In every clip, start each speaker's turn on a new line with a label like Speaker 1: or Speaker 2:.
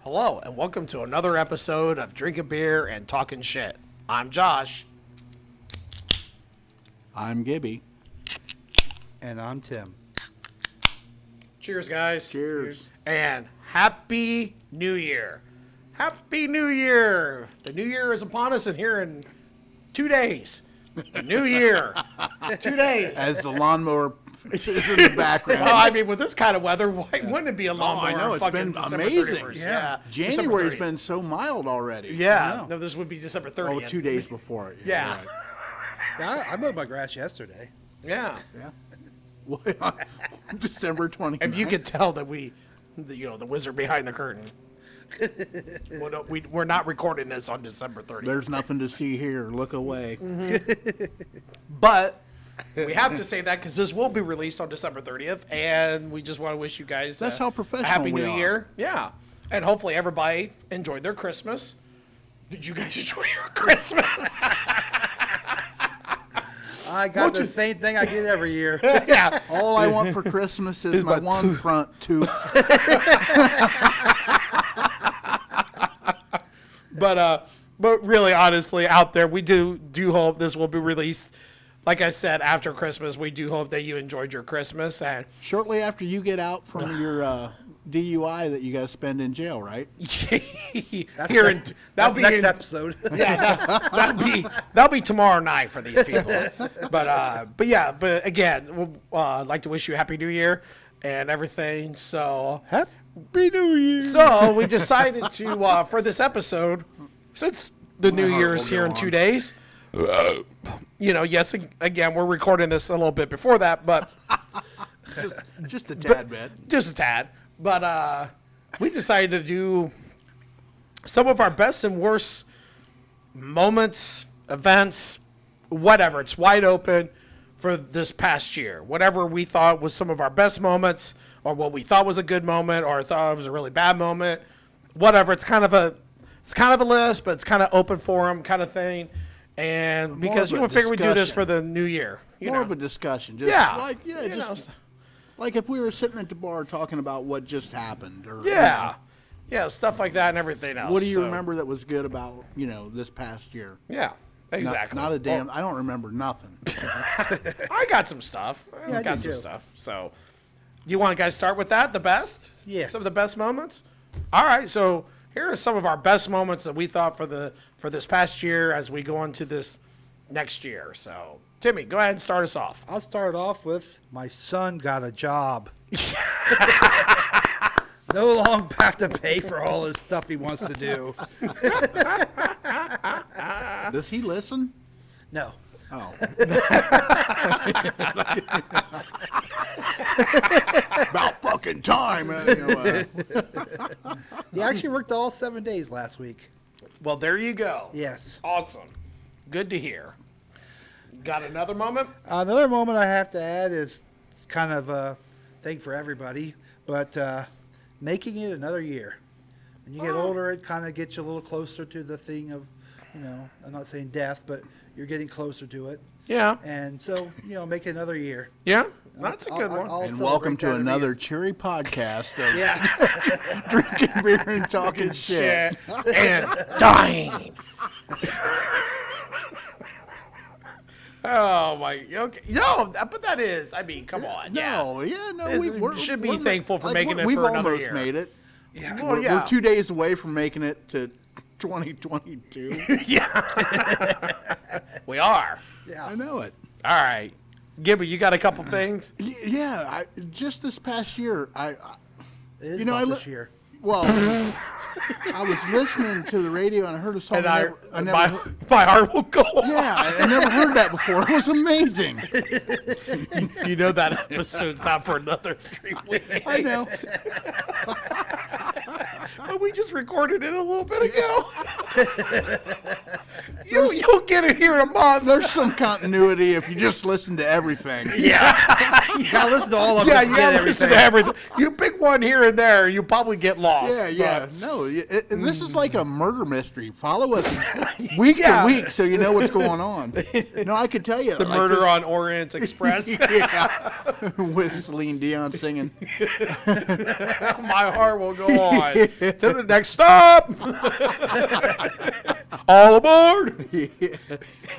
Speaker 1: Hello, and welcome to another episode of Drink a Beer and Talking Shit. I'm Josh.
Speaker 2: I'm Gibby.
Speaker 3: And I'm Tim.
Speaker 1: Cheers, guys.
Speaker 2: Cheers.
Speaker 1: And Happy New Year. Happy New Year. The New Year is upon us, and here in two days. The New Year. two days.
Speaker 2: As the lawnmower is in the background.
Speaker 1: well, I mean, with this kind of weather, why wouldn't it be a long?
Speaker 2: I know,
Speaker 1: on
Speaker 2: it's
Speaker 1: fucking
Speaker 2: been
Speaker 1: December
Speaker 2: amazing.
Speaker 1: 31st?
Speaker 2: Yeah.
Speaker 1: Yeah, December
Speaker 2: January's
Speaker 1: 30th.
Speaker 2: been so mild already.
Speaker 1: Yeah,
Speaker 3: know.
Speaker 1: no, this would be December 30th.
Speaker 2: Oh, two days before it.
Speaker 1: Yeah.
Speaker 2: right.
Speaker 3: Yeah, I, I mowed my grass yesterday.
Speaker 1: Yeah.
Speaker 2: Well, December 20th.
Speaker 1: And you could tell that we, the, you know, the wizard behind the curtain. well, no, we, we're not recording this on December 30th.
Speaker 2: There's nothing to see here. Look away.
Speaker 1: Mm-hmm. But we have to say that because this will be released on December 30th. And we just want to wish you guys
Speaker 2: That's
Speaker 1: uh,
Speaker 2: how
Speaker 1: a
Speaker 2: professional
Speaker 1: Happy
Speaker 2: we
Speaker 1: New
Speaker 2: are.
Speaker 1: Year. Yeah. And hopefully everybody enjoyed their Christmas. Did you guys enjoy your Christmas?
Speaker 3: I got the same thing I get every year.
Speaker 1: yeah.
Speaker 2: All I want for Christmas is my
Speaker 1: my
Speaker 2: one
Speaker 1: tooth.
Speaker 2: front tooth.
Speaker 1: but uh but really honestly out there we do do hope this will be released like i said after christmas we do hope that you enjoyed your christmas and
Speaker 2: Shortly after you get out from your uh, DUI that you got to spend in jail, right?
Speaker 3: That's
Speaker 1: here
Speaker 3: next,
Speaker 1: in,
Speaker 3: that's
Speaker 1: that'll be
Speaker 3: next
Speaker 1: in-
Speaker 3: episode.
Speaker 1: yeah, that'll be that'll be tomorrow night for these people. But uh, but yeah, but again, we'll, uh, I'd like to wish you a happy New Year and everything. So
Speaker 2: Happy New Year.
Speaker 1: so we decided to uh, for this episode, since the New
Speaker 2: heart
Speaker 1: Year
Speaker 2: will
Speaker 1: is here
Speaker 2: go
Speaker 1: in
Speaker 2: on.
Speaker 1: two days. You know, yes. ag- Again, we're recording this a little bit before that, but
Speaker 2: just, just a tad bit.
Speaker 1: just a tad. But uh, we decided to do some of our best and worst moments, events, whatever. It's wide open for this past year. Whatever we thought was some of our best moments, or what we thought was a good moment, or thought was a really bad moment, whatever. It's kind of a it's kind of a list, but it's kind of open forum kind of thing. And because
Speaker 2: of
Speaker 1: you
Speaker 2: a
Speaker 1: know, figure we do this
Speaker 2: discussion.
Speaker 1: for the new year. You
Speaker 2: More
Speaker 1: know?
Speaker 2: of a discussion. Just
Speaker 1: yeah,
Speaker 2: Like, yeah,
Speaker 1: you know,
Speaker 2: just
Speaker 1: s-
Speaker 2: like if we were sitting at the bar talking about what just happened. Or,
Speaker 1: Yeah. Yeah, stuff like that and everything else.
Speaker 2: What do you
Speaker 1: so-
Speaker 2: remember that was good about you know this past year?
Speaker 1: Yeah,
Speaker 2: Not-
Speaker 1: exactly.
Speaker 2: Not, a damn.
Speaker 1: Well,
Speaker 2: I don't remember nothing.
Speaker 1: I got some stuff. I
Speaker 3: I
Speaker 1: got
Speaker 3: do
Speaker 1: some
Speaker 3: too.
Speaker 1: stuff. So, you want to guys start with that? The best?
Speaker 3: Yeah.
Speaker 1: Some of the best moments. All right. So here are some of our best moments that we thought for the for this past year as we go into this next year. So Timmy, go ahead and start us off.
Speaker 3: I'll start off with my son got a job. no long have to pay for all his stuff he wants to do.
Speaker 2: Does he listen?
Speaker 3: No.
Speaker 2: Oh. about fucking time. uh, you know, uh,
Speaker 3: He actually worked all seven days last week.
Speaker 1: Well, there you go.
Speaker 3: Yes.
Speaker 1: Awesome. Good to hear. Got another moment?
Speaker 3: Uh, Another moment I have to add is it's kind of a thing for everybody, but uh, making it another year. When you get older, it kind of gets you a little closer to the thing of, you know, I'm not saying death, but you're getting closer to it.
Speaker 1: Yeah.
Speaker 3: And so, you know, make it another year.
Speaker 1: Yeah. That's a
Speaker 3: I'll-
Speaker 1: good
Speaker 3: I'll-
Speaker 1: one.
Speaker 3: I'll
Speaker 2: and
Speaker 3: celebrate
Speaker 2: welcome to
Speaker 3: that every
Speaker 2: another
Speaker 3: year.
Speaker 2: cheery podcast of
Speaker 3: Yeah.
Speaker 2: drinking beer and talking shit.
Speaker 1: shit and dying. oh my! Okay, no, that- but that is. I mean, come on.
Speaker 2: No, yeah, no,
Speaker 1: It-
Speaker 2: we
Speaker 1: we
Speaker 2: we're,
Speaker 1: should be
Speaker 2: we're ma-
Speaker 1: thankful for
Speaker 2: like,
Speaker 1: making
Speaker 2: we-
Speaker 1: it
Speaker 2: We've
Speaker 1: for another
Speaker 2: almost
Speaker 1: year.
Speaker 2: made it.
Speaker 1: yeah.
Speaker 2: We're,
Speaker 1: Well,
Speaker 2: we're
Speaker 1: yeah.
Speaker 2: two days away from making it to 2022.
Speaker 1: yeah. we are.
Speaker 2: I
Speaker 3: yeah.
Speaker 2: know it.
Speaker 1: All right, Gibby, you got a couple things.
Speaker 2: Y- Yeah, I, just this past year, I, I
Speaker 3: It is
Speaker 2: You know,
Speaker 3: about
Speaker 2: I li-
Speaker 3: this year.
Speaker 2: well, I was listening to the radio and I heard a song.
Speaker 1: And
Speaker 2: I,
Speaker 1: I,
Speaker 2: never, I never,
Speaker 1: my,
Speaker 2: heard-
Speaker 1: my heart will go. on.
Speaker 2: yeah, I, I never heard that before. It was amazing.
Speaker 1: You know that episode's not for another three weeks.
Speaker 2: I know.
Speaker 1: But we just recorded it a little bit ago. you, you'll get it here in a month.
Speaker 2: There's some continuity if you just listen to everything.
Speaker 1: Yeah.
Speaker 3: I listen to all of
Speaker 1: yeah,
Speaker 3: them.
Speaker 1: you
Speaker 3: forget
Speaker 1: gotta listen to everything. You pick one here and there, you probably get lost.
Speaker 2: Yeah, yeah.
Speaker 1: but- Hmm.
Speaker 2: No, y- it, it- this is like a murder mystery. Follow us week
Speaker 1: Yeah.
Speaker 2: to week so you know what's going on. No, I could tell you.
Speaker 1: The murder on Orient Express.
Speaker 2: yeah. With Celine Dion singing.
Speaker 1: My heart will go on to the next stop. All aboard.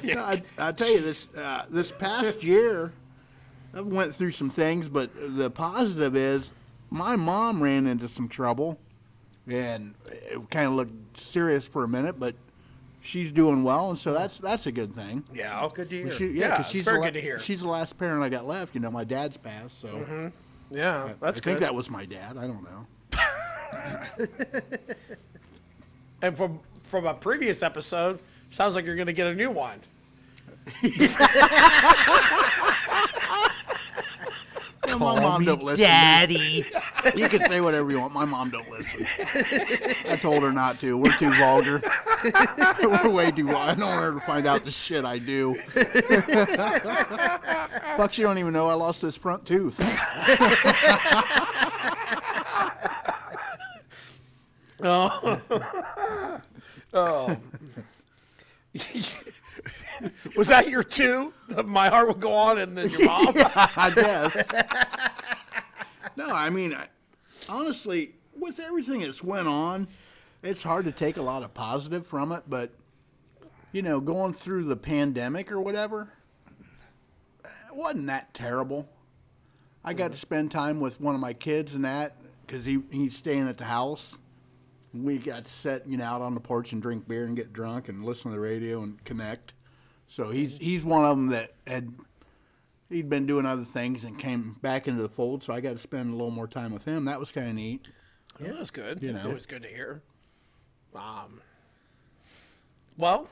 Speaker 2: No, I, I tell you this. Uh, this past year, I went through some things, but the positive is my mom ran into some trouble, and it kind of looked serious for a minute, but she's doing well, and so that's that's a good thing.
Speaker 1: Yeah,
Speaker 3: Good to hear.
Speaker 2: She-
Speaker 1: Yeah,
Speaker 2: 'cause
Speaker 1: it's
Speaker 2: she's
Speaker 1: very
Speaker 2: the la-
Speaker 1: good to hear.
Speaker 2: She's the last parent I got left. You know, my dad's passed, so
Speaker 1: Yeah, that's
Speaker 2: I think
Speaker 1: good.
Speaker 2: that was my dad. I don't know.
Speaker 1: and from from a previous episode, sounds like you're gonna get a new one.
Speaker 2: Yeah, my mom don't listen.
Speaker 3: Daddy.
Speaker 2: You can say whatever you want. My mom don't listen. I told her not to. We're too vulgar. We're way too. vul- I don't want her to find out the shit I do. Fuck, she don't even know I lost this front tooth.
Speaker 1: Oh. oh. Was that your two? The My heart will go on, and then your mom.
Speaker 2: I guess. No, I mean, I, honestly, with everything that's went on, it's hard to take a lot of positive from it. But you know, going through the pandemic or whatever, it wasn't that terrible. I got to spend time with one of my kids and that because he he's staying at the house. We got to sit, you know, out on the porch and drink beer and get drunk and listen to the radio and connect. So he's he's one of them that had he'd been doing other things and came back into the fold, so I got to spend a little more time with him. That was kind of neat.
Speaker 1: Yeah, Oh, that's good.
Speaker 2: You
Speaker 1: That's
Speaker 2: know.
Speaker 1: always good to hear. Um, well,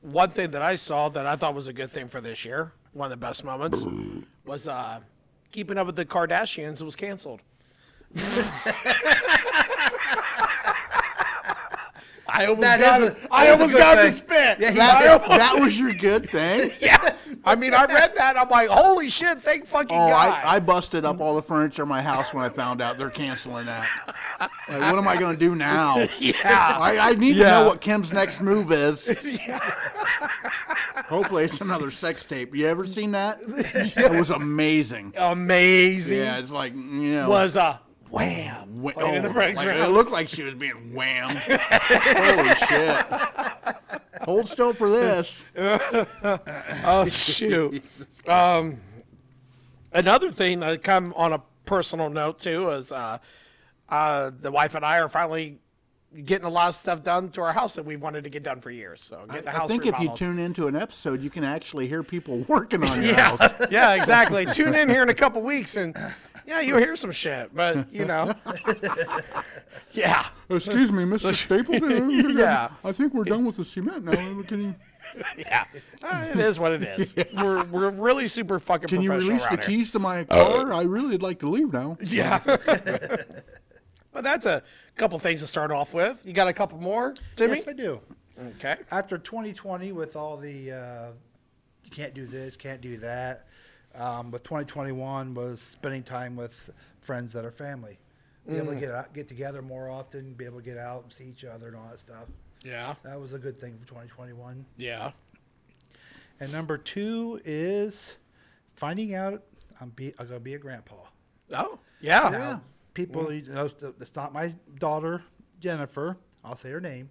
Speaker 1: one thing that I saw that I thought was a good thing for this year, one of the best moments, was uh, keeping up with the Kardashians was canceled. I almost
Speaker 3: That
Speaker 1: got,
Speaker 3: is
Speaker 1: it.
Speaker 3: a-
Speaker 1: I
Speaker 3: that is a
Speaker 1: almost
Speaker 3: good
Speaker 1: got to
Speaker 3: thing.
Speaker 1: spit.
Speaker 3: Yeah,
Speaker 1: I
Speaker 3: he-
Speaker 2: That,
Speaker 1: almost-
Speaker 2: that was your good thing.
Speaker 1: yeah. I mean, I read that. I'm like, holy shit, thank fucking
Speaker 2: Oh,
Speaker 1: God.
Speaker 2: I, I busted up all the furniture in my house when I found out they're canceling that. Like, what am I going to do now?
Speaker 1: yeah.
Speaker 2: I, I need to
Speaker 1: Yeah.
Speaker 2: know what Kim's next move is. Hopefully, it's another sex tape. You ever seen that? It was amazing.
Speaker 1: Amazing.
Speaker 2: Yeah, it's like, you know.
Speaker 1: Was a wham.
Speaker 2: Wha-
Speaker 1: playing in the
Speaker 2: oh, like,
Speaker 1: background.
Speaker 2: it looked like she was being whammed. Holy shit. Hold still for this.
Speaker 1: Oh shoot. um, another thing that come on a personal note too is uh, uh, the wife and I are finally getting a lot of stuff done to our house that we've wanted to get done for years. So get the
Speaker 2: I
Speaker 1: house
Speaker 2: think if you
Speaker 1: remodeled.
Speaker 2: tune into an episode, you can actually hear people working on your
Speaker 1: yeah,
Speaker 2: house.
Speaker 1: yeah, exactly. Tune in here in a couple weeks and yeah, you'll hear some shit. But you know, yeah.
Speaker 2: Excuse me, Mr. Stapleton.
Speaker 1: Yeah.
Speaker 2: I think we're done with the cement now. Can you,
Speaker 1: Yeah, Uh, it is what it is. We're, we're really super fucking
Speaker 2: can you
Speaker 1: professional
Speaker 2: release the
Speaker 1: around here.
Speaker 2: keys to my car? I really would like to leave now.
Speaker 1: Yeah. but that's a couple things to start off with. You got a couple more, Timmy?
Speaker 3: Yes, I do.
Speaker 1: Okay.
Speaker 3: After 2020, with all the uh, you can't do this, can't do that, um, with 2021 was spending time with friends that are family, be able to get out, get together more often, be able to get out and see each other and all that stuff.
Speaker 1: Yeah.
Speaker 3: That was a good thing for 2021.
Speaker 1: Yeah.
Speaker 3: And number two is finding out I'm be I'm gonna be a grandpa.
Speaker 1: Oh. Yeah.
Speaker 3: Now, people, you know, it's- it's not my daughter Jennifer. I'll say her name,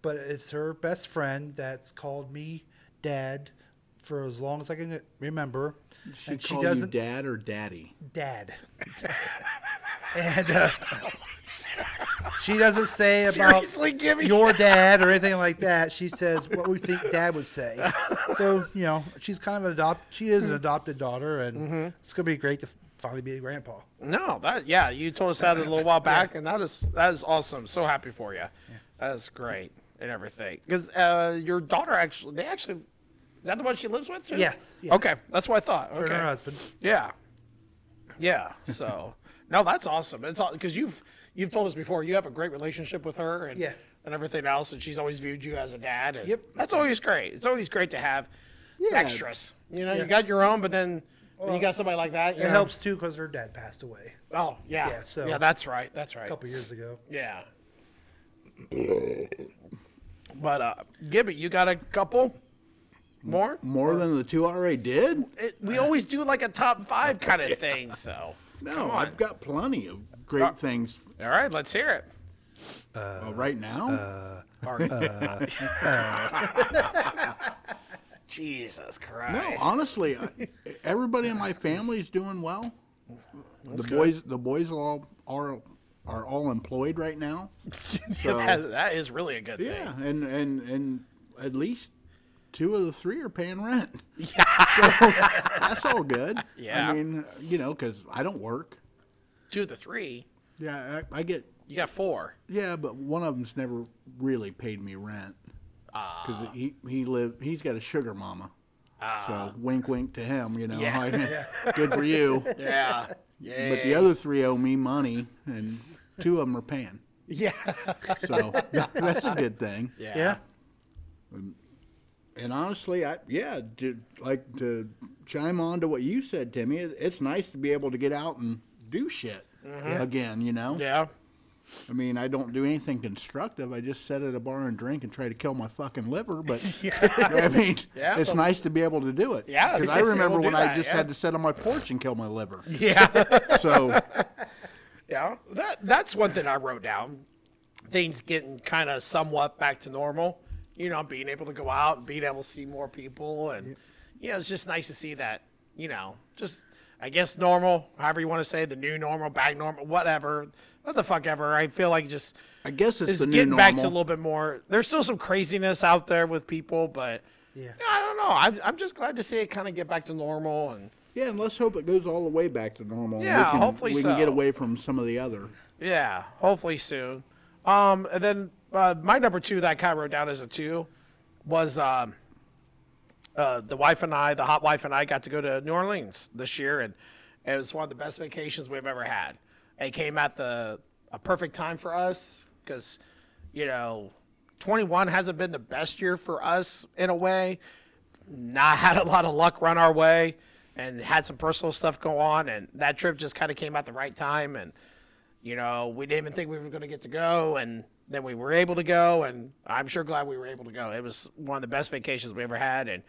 Speaker 3: but it's her best friend that's called me dad for as long as I can remember,
Speaker 2: She call you dad or daddy.
Speaker 3: dad. and uh, she doesn't say about
Speaker 1: Seriously, Gimme?
Speaker 3: your dad or anything like that. She says what we think dad would say. So you know, she's kind of an adopt. She is an adopted daughter, and it's gonna be great to f- finally be a grandpa.
Speaker 1: No, that yeah, you told us that a little while back and that is that is awesome. So happy for you. That is great and everything. Cuz uh, your daughter actually they actually is that the one she lives with? too?
Speaker 3: Yes, yes.
Speaker 1: Okay. That's what I thought.
Speaker 3: Her
Speaker 1: Okay.
Speaker 3: and her husband.
Speaker 1: Yeah. Yeah. So, no, that's awesome. It's all because you've you've told us before you have a great relationship with her and
Speaker 3: Yeah.
Speaker 1: and everything else, and she's always viewed you as a dad. and
Speaker 3: Yep.
Speaker 1: That's always great. It's always great to have extras. You know,
Speaker 3: Yeah.
Speaker 1: you got your own, but then When you got somebody like that, you
Speaker 3: It
Speaker 1: know?
Speaker 3: helps too because her dad passed away
Speaker 1: Oh yeah,
Speaker 3: Yeah, so-
Speaker 1: yeah, that's right, that's right.
Speaker 3: a couple years ago.
Speaker 1: Yeah. but uh, Gibby, you got a couple more?
Speaker 2: More than the two I already did?
Speaker 1: It, we always do like a top five kind of thing. So,
Speaker 2: No, I've got plenty of great
Speaker 1: Uh,
Speaker 2: things
Speaker 1: all right, let's hear it.
Speaker 2: uh, right now.
Speaker 1: Jesus Christ!
Speaker 2: no, honestly, I, everybody in my family is doing well. the boys, the boys are all are are all employed right now.
Speaker 1: That- that is really a good
Speaker 2: Yeah, and and and at least two of the three are paying rent. Yeah, that's all good.
Speaker 1: Yeah.
Speaker 2: I mean, you know, because I don't work.
Speaker 1: thing. Two of the three,
Speaker 2: Yeah, I, I get.
Speaker 1: you got four.
Speaker 2: Yeah, but one of them's never really paid me rent
Speaker 1: Ah.
Speaker 2: because he he live he's got a sugar mama. so wink, wink to him. You know,
Speaker 1: Yeah.
Speaker 2: like, good for you.
Speaker 1: Yeah, yeah,
Speaker 2: But the other three owe me money, and two of them are paying.
Speaker 1: yeah,
Speaker 2: So that's a good thing.
Speaker 1: yeah,
Speaker 2: And honestly, I yeah, to, like to chime on to what you said, Timmy. It, it's nice to be able to get out and do shit
Speaker 1: Mm-hmm.
Speaker 2: again. You know,
Speaker 1: yeah.
Speaker 2: I mean, I don't do anything constructive. I just sit at a bar and drink and try to kill my fucking liver. But I mean,
Speaker 1: Yeah.
Speaker 2: it's nice to be able to do it.
Speaker 1: Yeah, it's
Speaker 2: because I
Speaker 1: nice to be
Speaker 2: remember
Speaker 1: able to
Speaker 2: when
Speaker 1: do
Speaker 2: I
Speaker 1: that,
Speaker 2: just
Speaker 1: yeah.
Speaker 2: had to sit on my porch and kill my liver.
Speaker 1: yeah.
Speaker 2: So
Speaker 1: Yeah, that that's one thing I wrote down. Things getting kind of somewhat back to normal. You know, being able to go out and being able to see more people, and yeah, it's just nice to see that. You know, just I guess normal, however you want to say it, the new normal, back normal, whatever, what the fuck ever. I feel like just
Speaker 2: I guess it's,
Speaker 1: it's
Speaker 2: the new
Speaker 1: getting
Speaker 2: normal.
Speaker 1: back to a little bit more. There's still some craziness out there with people, but
Speaker 3: Yeah.
Speaker 1: I don't know. I'm I'm just glad to see it kind of get back to normal and
Speaker 2: Yeah, and let's hope it goes all the way back to normal. and
Speaker 1: Yeah,
Speaker 2: we can,
Speaker 1: hopefully
Speaker 2: we can get
Speaker 1: so.
Speaker 2: away from some of the other.
Speaker 1: Yeah, hopefully soon. Um, and then uh, my number two that I kind of wrote down as a two was um, uh, the wife and I, the hot wife and I, got to go to New Orleans this year, and it was one of the best vacations we've ever had. It came at the a perfect time for us because, you know, 21 hasn't been the best year for us in a way not had a lot of luck run our way and had some personal stuff go on and that trip just kind of came at the right time and you know we didn't even think we were going to get to go and then we were able to go and i'm sure glad we were able to go it was one of the best vacations we ever had and,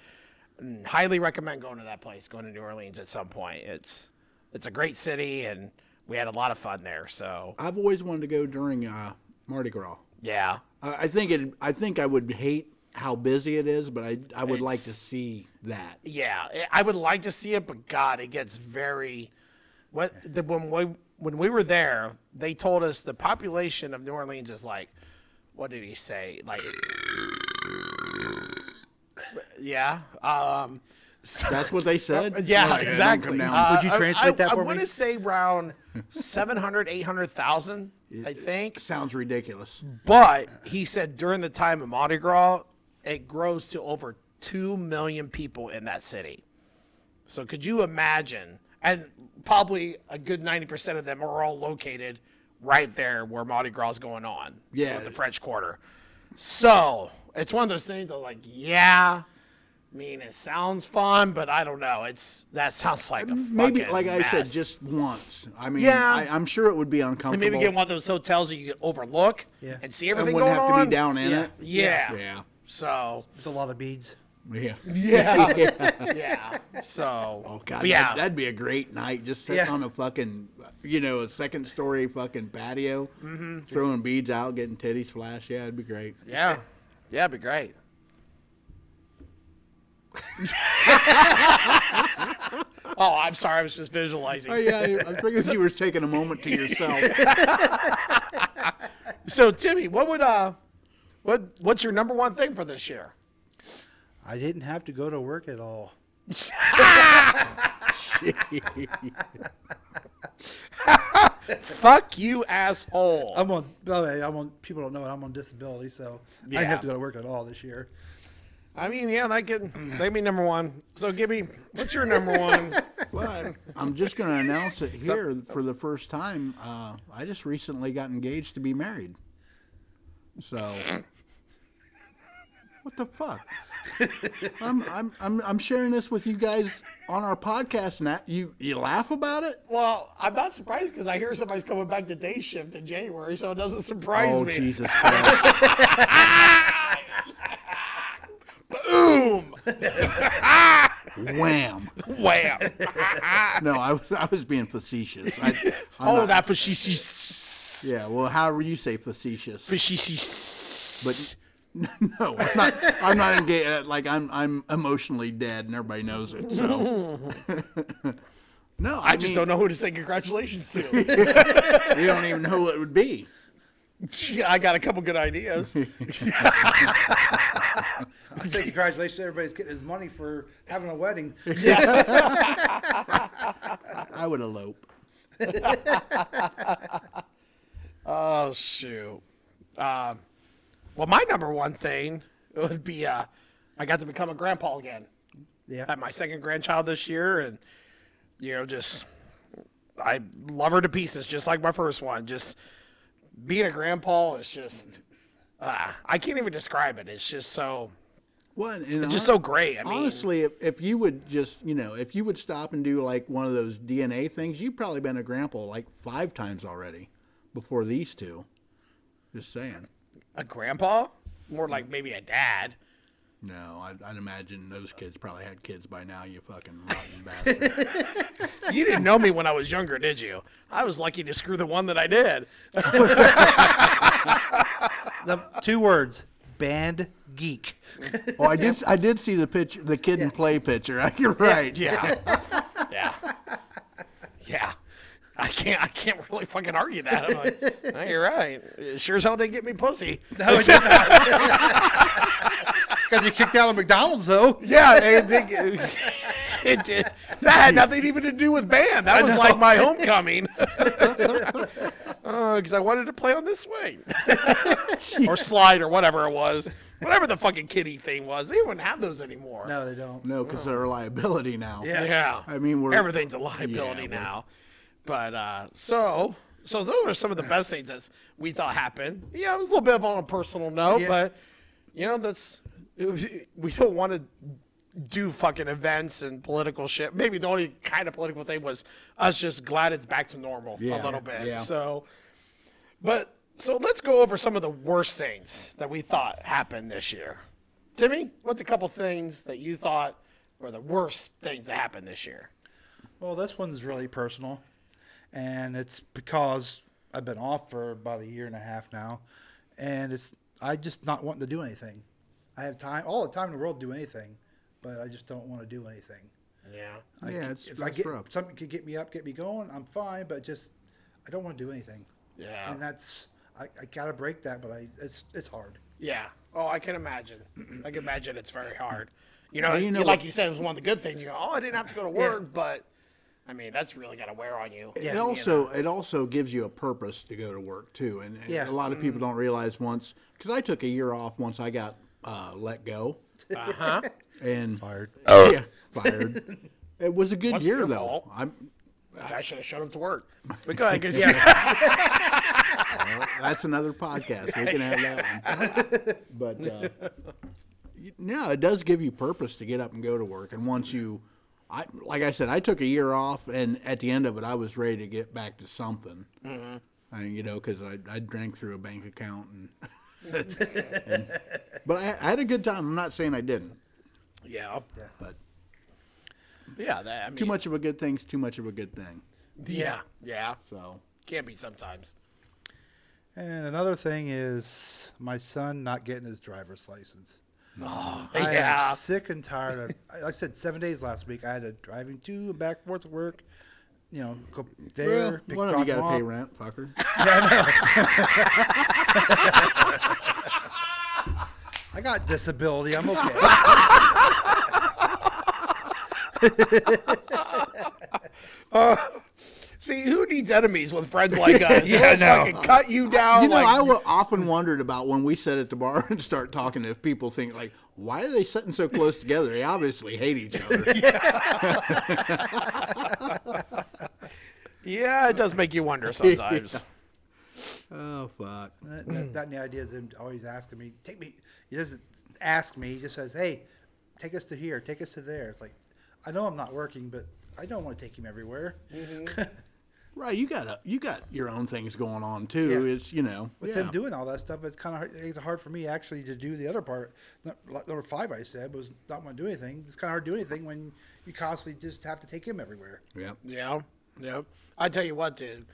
Speaker 1: and highly recommend going to that place going to new orleans at some point it's it's a great city and we had a lot of fun there so
Speaker 2: I've always wanted to go during uh, Mardi Gras.
Speaker 1: yeah
Speaker 2: I, I think it. I think I would hate how busy it is, but I I would like to see that.
Speaker 1: Yeah, I- I would like to see it, but God, it gets very. What the, when we when we were there, they told us the population of New Orleans is like, what did he say? Like, yeah, um, so-
Speaker 2: That's what they said.
Speaker 1: yeah,
Speaker 2: Well, don't
Speaker 1: exactly.
Speaker 2: Come down.
Speaker 1: Uh,
Speaker 3: Would you
Speaker 1: I-
Speaker 3: translate
Speaker 1: I,
Speaker 3: that for
Speaker 1: I want
Speaker 3: me?
Speaker 1: to say around 700, 800,000, I think.
Speaker 2: Sounds ridiculous.
Speaker 1: But he said during the time of Mardi Gras, it grows to over 2 million people in that city. So could you imagine? And probably a good 90% of them are all located right there where Mardi Gras is going on.
Speaker 2: Yeah.
Speaker 1: With the French Quarter. So it's one of those things I'm like, yeah. I mean, it sounds fun, but I don't know. It's that sounds like a
Speaker 2: Maybe,
Speaker 1: fucking
Speaker 2: like I said,
Speaker 1: mess.
Speaker 2: just once. I mean,
Speaker 1: Yeah.
Speaker 2: I, I'm sure it would be
Speaker 1: And
Speaker 2: uncomfortable.
Speaker 1: maybe get one of those hotels that you could overlook
Speaker 3: Yeah.
Speaker 1: and see everything
Speaker 2: wouldn't
Speaker 1: going
Speaker 2: have to
Speaker 1: on.
Speaker 2: be down in it.
Speaker 1: Yeah.
Speaker 2: Yeah.
Speaker 1: So
Speaker 3: There's a lot of beads.
Speaker 2: Yeah.
Speaker 1: yeah, yeah. So
Speaker 2: Oh God,
Speaker 1: but yeah,
Speaker 2: that, that'd be a great night. Just sitting
Speaker 3: Yeah.
Speaker 2: on a fucking, you know, a second story fucking patio,
Speaker 1: Mm-hmm.
Speaker 2: throwing beads out, getting titties flashed. Yeah, it'd be great.
Speaker 1: yeah, yeah, it'd be great. oh, I'm sorry. I was just visualizing.
Speaker 2: Oh, yeah, I figured you were taking a moment to yourself.
Speaker 1: So Timmy, what would uh, what what's your number one thing for this year?
Speaker 3: I didn't have to go to work at all.
Speaker 1: Fuck you, asshole.
Speaker 3: I'm on. By the way, I'm on. People don't know it. I'm on disability, so I
Speaker 1: Yeah.
Speaker 3: didn't have to go to work at all this year.
Speaker 1: I mean, yeah, that could that'd be number one. So Gibby, what's your number one?
Speaker 2: But I'm just going to announce it here for the first time. Uh, I just recently got engaged to be married. So, what the fuck? I'm, I'm, I'm, I'm sharing this with you guys on our podcast, and that you, you laugh about it.
Speaker 1: Well, I'm not surprised because I hear somebody's coming back to day shift in January, so it doesn't surprise
Speaker 2: oh
Speaker 1: me.
Speaker 2: Jesus Christ!
Speaker 1: Boom!
Speaker 2: Wham!
Speaker 1: Wham!
Speaker 2: No, I was, I was being facetious. I, I'm
Speaker 1: oh,
Speaker 2: not-
Speaker 1: that for she sees.
Speaker 2: Yeah. Well, however you say facetious.
Speaker 1: For she sees.
Speaker 2: But- No, I'm not. I'm not engaged. Like I'm, I'm emotionally dead, and everybody knows it. So, no, I,
Speaker 1: I just don't know who to say congratulations to.
Speaker 2: You don't even know who it would be.
Speaker 1: Gee, I got a couple good ideas.
Speaker 3: I say congratulations, everybody's getting his money for having a wedding.
Speaker 2: I would elope.
Speaker 1: Oh shoot. Um, well, my number one thing would be uh, I got to become a grandpa again.
Speaker 3: Yeah.
Speaker 1: Had my second grandchild this year, and you know, just I love her to pieces, just like my first one. Just being a grandpa is just uh, I can't even describe it. It's just so
Speaker 2: Well, and, and
Speaker 1: it's just
Speaker 2: hon-
Speaker 1: so great. I mean,
Speaker 2: honestly, if, if you would just, you know, if you would stop and do like one of those DNA things, you've probably been a grandpa like five times already before these two. Just saying.
Speaker 1: a grandpa, more like maybe a dad.
Speaker 2: No, I'd, I'd imagine those kids probably had kids by now. You fucking rotten bastard.
Speaker 1: You didn't know me when I was younger, did you? I was lucky to screw the one that I did.
Speaker 3: The two words, band geek.
Speaker 2: oh, I did. I did see the picture, the kid and play picture. You're right.
Speaker 1: Yeah. yeah. Yeah. I can't I can't really fucking argue that. I'm like, "No, you're right. It sure as hell didn't get me pussy.
Speaker 3: Got you kicked out of McDonald's though.
Speaker 1: yeah, it did, get- it did. That had nothing even to do with band. That was like my homecoming. Because I wanted to play on this swing or slide or whatever it was, whatever the fucking kiddie thing was. They wouldn't have those anymore.
Speaker 3: No, they don't.
Speaker 2: No, because they're a liability now.
Speaker 3: Yeah.
Speaker 1: Yeah.
Speaker 2: I mean, we're-
Speaker 1: everything's a liability
Speaker 2: Yeah, we're-
Speaker 1: now. But uh, so so those are some of the best things that we thought happened. Yeah, it was a little bit of on a personal note,
Speaker 3: Yeah.
Speaker 1: but you know that's we don't want to do fucking events and political shit. Maybe the only kind of political thing was us just glad it's back to normal a
Speaker 2: Yeah,
Speaker 1: little bit.
Speaker 2: yeah.
Speaker 1: So, but so let's go over some of the worst things that we thought happened this year. Timmy, what's a couple things that you thought were the worst things that happened this year?
Speaker 3: Well, this one's really personal, and it's because I've been off for about a year and a half now, and it's I just not wanting to do anything. I have time, all the time in the world, to do anything, but I just don't want to do anything.
Speaker 1: Yeah.
Speaker 3: I
Speaker 2: Yeah,
Speaker 3: c-
Speaker 2: it's-
Speaker 3: if I
Speaker 2: that's
Speaker 3: get
Speaker 2: rough.
Speaker 3: something could get me up, get me going, I'm fine. But just I don't want to do anything,
Speaker 1: Yeah.
Speaker 3: and that's I, I gotta break that, but I it's it's hard.
Speaker 1: yeah. Oh, I can imagine. I can imagine it's very hard. You know,
Speaker 2: And you know
Speaker 1: like
Speaker 2: what-
Speaker 1: you said, it was one of the good things. You go, oh, I didn't have to go to work, but I mean, that's really got to wear on you.
Speaker 2: It
Speaker 1: You
Speaker 2: also it also gives you a purpose to go to work too, and, and
Speaker 3: Yeah. Mm-hmm.
Speaker 2: a lot of people don't realize once because I took a year off once I got uh, let go
Speaker 1: Uh huh.
Speaker 2: and
Speaker 3: Hard.
Speaker 2: yeah, fired. It was a good
Speaker 1: Wasn't
Speaker 2: year
Speaker 1: your
Speaker 2: though.
Speaker 1: fault.
Speaker 2: I'm,
Speaker 1: I should have showed up to work. But go ahead, 'cause- yeah.
Speaker 2: that's another podcast. We can have that one. But uh, y- no, it does give you purpose to get up and go to work. And once you, I like I said, I took a year off, and at the end of it, I was ready to get back to something.
Speaker 3: Mm-hmm.
Speaker 2: I mean, you know, because I, I drank through a bank account, and, and- but I, I had a good time. I'm not saying I didn't,
Speaker 1: yeah.
Speaker 2: but
Speaker 1: Yeah. That, I mean,
Speaker 2: too much of a good thing's too much of a good thing.
Speaker 1: Yeah. Yeah.
Speaker 2: So
Speaker 1: Can be sometimes.
Speaker 3: And another thing is my son not getting his driver's license. I
Speaker 1: yeah.
Speaker 3: am sick and tired of. I- I said seven days last week. I had to driving to and back forth to work. You know, go there.
Speaker 2: well,
Speaker 3: pick,
Speaker 2: one of you
Speaker 3: drop him
Speaker 2: got to pay
Speaker 3: off.
Speaker 2: rent, fucker.
Speaker 3: I got disability. I'm okay.
Speaker 1: See, who needs enemies with friends like us? yeah,
Speaker 3: no.
Speaker 1: Fucking cut you down.
Speaker 2: You know,
Speaker 1: like,
Speaker 2: I wa- often wondered about when we sit at the bar and start talking if people think like, why are they sitting so close together? They obviously hate each other.
Speaker 1: yeah, it does make you wonder sometimes.
Speaker 2: oh fuck!
Speaker 3: that, that, that and the idea is him always asking me. Take me. He doesn't ask me. He just says, "Hey, take us to here, take us to there. It's like, I know I'm not working, but I don't want to take him everywhere.
Speaker 2: Right, you got a, you got your own things going on too.
Speaker 3: Yeah.
Speaker 2: It's you know,
Speaker 3: With
Speaker 2: yeah.
Speaker 3: them doing all that stuff, it's kind of hard, it's hard for me actually to do the other part. Not- like Number five, I said, was not want to do anything. It's kind of hard to do anything when you constantly just have to take him everywhere.
Speaker 2: Yep.
Speaker 1: Yeah, yeah. I tell you what, dude.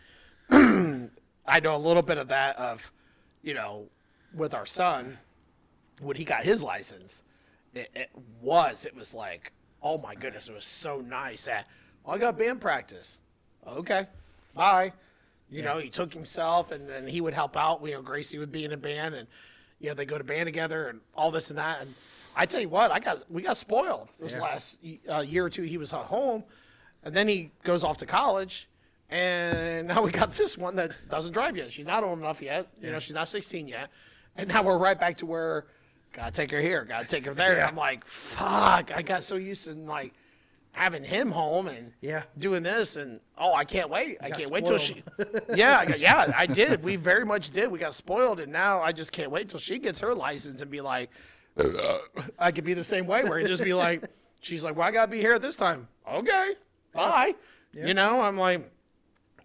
Speaker 1: I know a little bit of that of, you know, with our son, when he got his license, it, it was it was like, oh my goodness, it was so nice that well, I got band practice. Okay, bye. You know, he took himself, and then he would help out. You know, Gracie would be in a band, and you know they go to band together, and all this and that. And I tell you what, I got we got spoiled this last uh, year or two. He was at home, and then he goes off to college, and now we got this one that doesn't drive yet. She's not old enough yet. You know, she's not 16 yet. And now we're right back to where, gotta take her here, gotta take her there. And I'm like, fuck, I got so used to like having him home and
Speaker 3: Yeah.
Speaker 1: doing this, and oh, I can't wait. I
Speaker 3: got
Speaker 1: can't wait till she.
Speaker 3: spoiled.
Speaker 1: Yeah, I got- yeah, I did. We very much did. We got spoiled, and now I just can't wait till she gets her license and be like, I could be the same way where it just be like, she's like, well, I gotta be here this time. Okay, bye. You know, I'm like,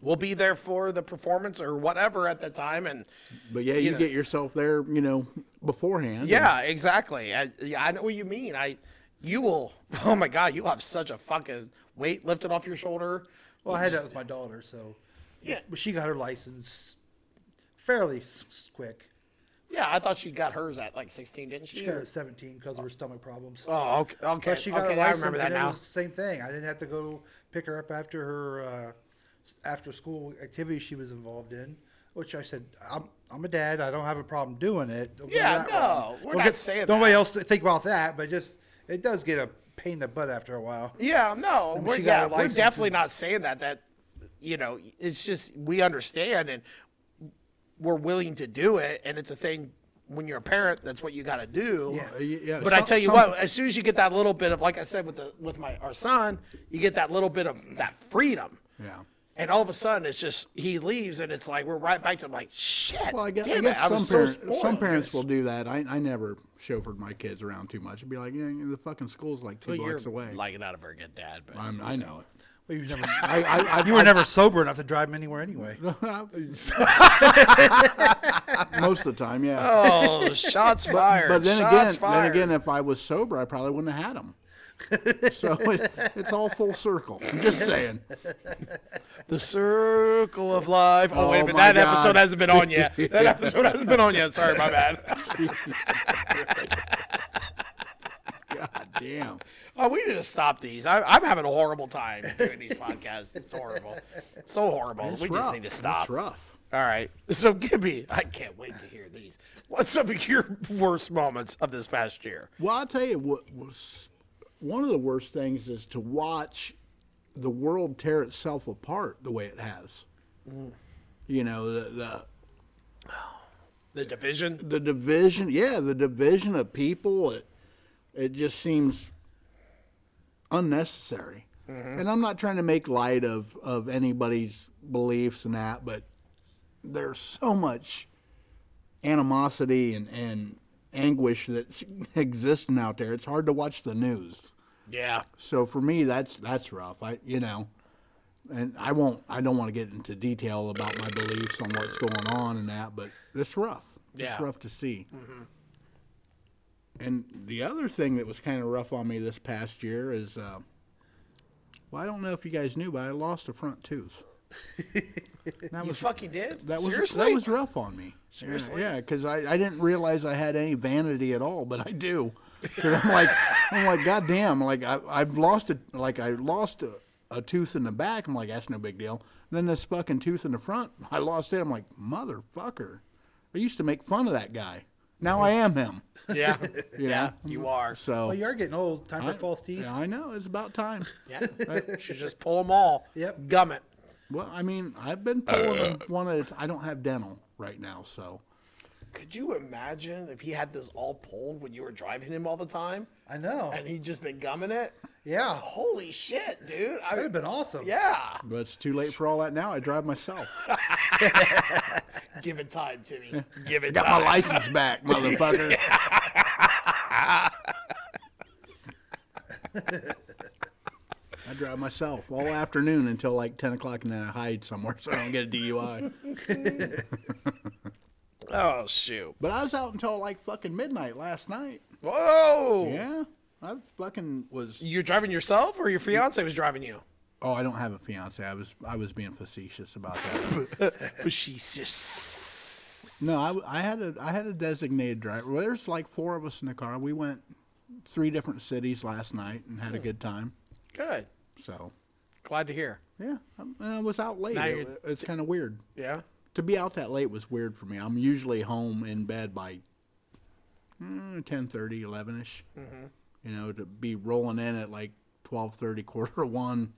Speaker 1: we'll be there for the performance or whatever at the time, and
Speaker 2: But yeah, you,
Speaker 1: know.
Speaker 2: get yourself there, you know, beforehand.
Speaker 1: yeah, exactly. I, yeah, I know what you mean. I, you will. Oh my God, you will have such a fucking weight lifted off your shoulder.
Speaker 3: Well, I had that with my daughter, so
Speaker 1: Yeah.
Speaker 3: but she got her license fairly s- s- quick.
Speaker 1: Yeah, I thought she got hers at like 16, didn't she?
Speaker 3: She got her
Speaker 1: Or-
Speaker 3: at 17 because of her stomach problems.
Speaker 1: Oh, okay. okay.
Speaker 3: But she got
Speaker 1: okay,
Speaker 3: her license,
Speaker 1: I remember that
Speaker 3: and it
Speaker 1: now.
Speaker 3: was the same thing. I didn't have to go pick her up after her uh, s- after school activities she was involved in. Which I said, I'm, I'm a dad. I don't have a problem doing it. Don't get
Speaker 1: Yeah,
Speaker 3: that
Speaker 1: no,
Speaker 3: wrong.
Speaker 1: we're
Speaker 3: Don't
Speaker 1: not
Speaker 3: get-
Speaker 1: saying
Speaker 3: Don't
Speaker 1: that.
Speaker 3: nobody else think about that, but just it does get a pain in the butt after a while.
Speaker 1: Yeah, no,
Speaker 3: And
Speaker 1: we're,
Speaker 3: she got
Speaker 1: yeah,
Speaker 3: her
Speaker 1: we're
Speaker 3: license
Speaker 1: definitely
Speaker 3: and-
Speaker 1: not saying that. That you know, it's just we understand and we're willing to do it, and it's a thing when you're a parent. That's what you got to do.
Speaker 3: Yeah.
Speaker 2: Uh, y- yeah,
Speaker 1: But I
Speaker 2: some-
Speaker 1: tell you
Speaker 2: some-
Speaker 1: what, as soon as you get that little bit of, like I said with the with my our son, you get that little bit of that freedom,
Speaker 2: Yeah.
Speaker 1: and all of a sudden it's just he leaves, and it's like we're right back to I'm like shit.
Speaker 2: Well, I guess,
Speaker 1: damn
Speaker 2: I guess
Speaker 1: it, I
Speaker 2: some,
Speaker 1: was
Speaker 2: parent-
Speaker 1: so spoiled.
Speaker 2: some parents will do that. I, I never chauffeured my kids around too much. I'd be like, yeah, the fucking school's like two
Speaker 1: But you're
Speaker 2: blocks away.
Speaker 1: like not a very good dad, but
Speaker 2: I'm, I know it.
Speaker 3: Well, you, never,
Speaker 2: I, I, I,
Speaker 3: you were never sober enough to drive him anywhere anyway.
Speaker 2: most of the time, yeah.
Speaker 1: oh, shots fired.
Speaker 2: But then
Speaker 1: shots
Speaker 2: again,
Speaker 1: fired.
Speaker 2: then again, if I was sober, I probably wouldn't have had them. so it, it's all full circle. I'm just saying.
Speaker 1: The circle of life. Oh, wait a
Speaker 2: Oh,
Speaker 1: minute.
Speaker 2: my
Speaker 1: That episode
Speaker 2: God.
Speaker 1: hasn't been on yet. That episode hasn't been on yet. Sorry, my bad.
Speaker 2: God damn.
Speaker 1: Oh, we need to stop these. I, I'm having a horrible time doing these podcasts. It's horrible. So horrible.
Speaker 2: It's
Speaker 1: we
Speaker 2: rough.
Speaker 1: just need to stop.
Speaker 2: It's rough.
Speaker 1: All right. So, Gibby, I can't wait to hear these. What's some of your worst moments of this past year?
Speaker 2: Well, I'll tell you what was one of the worst things is to watch the world tear itself apart the way it has.
Speaker 1: Mm.
Speaker 2: You know, the, the
Speaker 1: The division?
Speaker 2: the division yeah the division of people it it just seems unnecessary and i'm not trying to make light of of anybody's beliefs and that but there's so much animosity and and anguish that's existing out there it's hard to watch the news
Speaker 1: Yeah.
Speaker 2: so for me that's that's rough i you know and i won't i don't want to get into detail about my beliefs on what's going on and that but it's rough
Speaker 1: Yeah. Mm-hmm.
Speaker 2: it's rough to see and the other thing that was kind of rough on me this past year is uh, well i don't know if you guys knew but i lost a front tooth that
Speaker 1: You
Speaker 2: was
Speaker 1: fucking did?
Speaker 2: that was
Speaker 1: Seriously?
Speaker 2: that was rough on me
Speaker 1: Seriously?
Speaker 2: yeah because I, I didn't realize i had any vanity at all but i do 'Cause i'm like i'm like goddamn like I, i've lost it like i lost a, a tooth in the back i'm like that's no big deal then this fucking tooth in the front i lost it i'm like motherfucker i used to make fun of that guy now i am him
Speaker 1: yeah.
Speaker 2: you
Speaker 1: Yeah.
Speaker 2: know?
Speaker 1: You are.
Speaker 2: so
Speaker 3: Well, you are getting old. Time for
Speaker 2: I-
Speaker 3: false teeth.
Speaker 2: yeah, i know it's about time
Speaker 1: Yeah. Should just pull them all.
Speaker 3: Yep.
Speaker 1: Gum it.
Speaker 2: well i mean i've been pulling
Speaker 1: Uh.
Speaker 2: them one at a t- i don't have dental right now so
Speaker 1: Could you imagine if he had this all pulled when you were driving him all the time,
Speaker 3: I know.
Speaker 1: and he'd just been gumming it?
Speaker 3: Yeah,
Speaker 1: Holy shit, dude! I
Speaker 3: that'd have been awesome.
Speaker 1: yeah.
Speaker 2: but it's too late for all that now i drive myself
Speaker 1: Give it time, Timmy. Give it
Speaker 2: Got
Speaker 1: time.
Speaker 2: my license back, motherfucker. I drive myself all afternoon until like 10 o'clock, and then I hide somewhere so I don't get a DUI.
Speaker 1: Oh shoot!
Speaker 2: But I was out until like fucking midnight last night.
Speaker 1: Whoa!
Speaker 2: Yeah, I fucking was.
Speaker 1: You're driving yourself, or your fiance was driving you?
Speaker 2: Oh, I don't have a fiance. I was I was being facetious about that.
Speaker 1: Facetious.
Speaker 2: no, I, I had a I had a designated driver. Well, there's like four of us in the car. We went three different cities last night and had a good time.
Speaker 1: Good.
Speaker 2: So
Speaker 1: Glad to hear.
Speaker 2: yeah, I, and I was out late.
Speaker 1: Now
Speaker 2: It-
Speaker 1: you're-
Speaker 2: it's kind of weird
Speaker 1: Yeah.
Speaker 2: to be out that late. Was weird for me. I'm usually home in bed by mm, 10:30, 11 ish.
Speaker 1: Mm-hmm.
Speaker 2: You know, to be rolling in at like 12:30, quarter to one.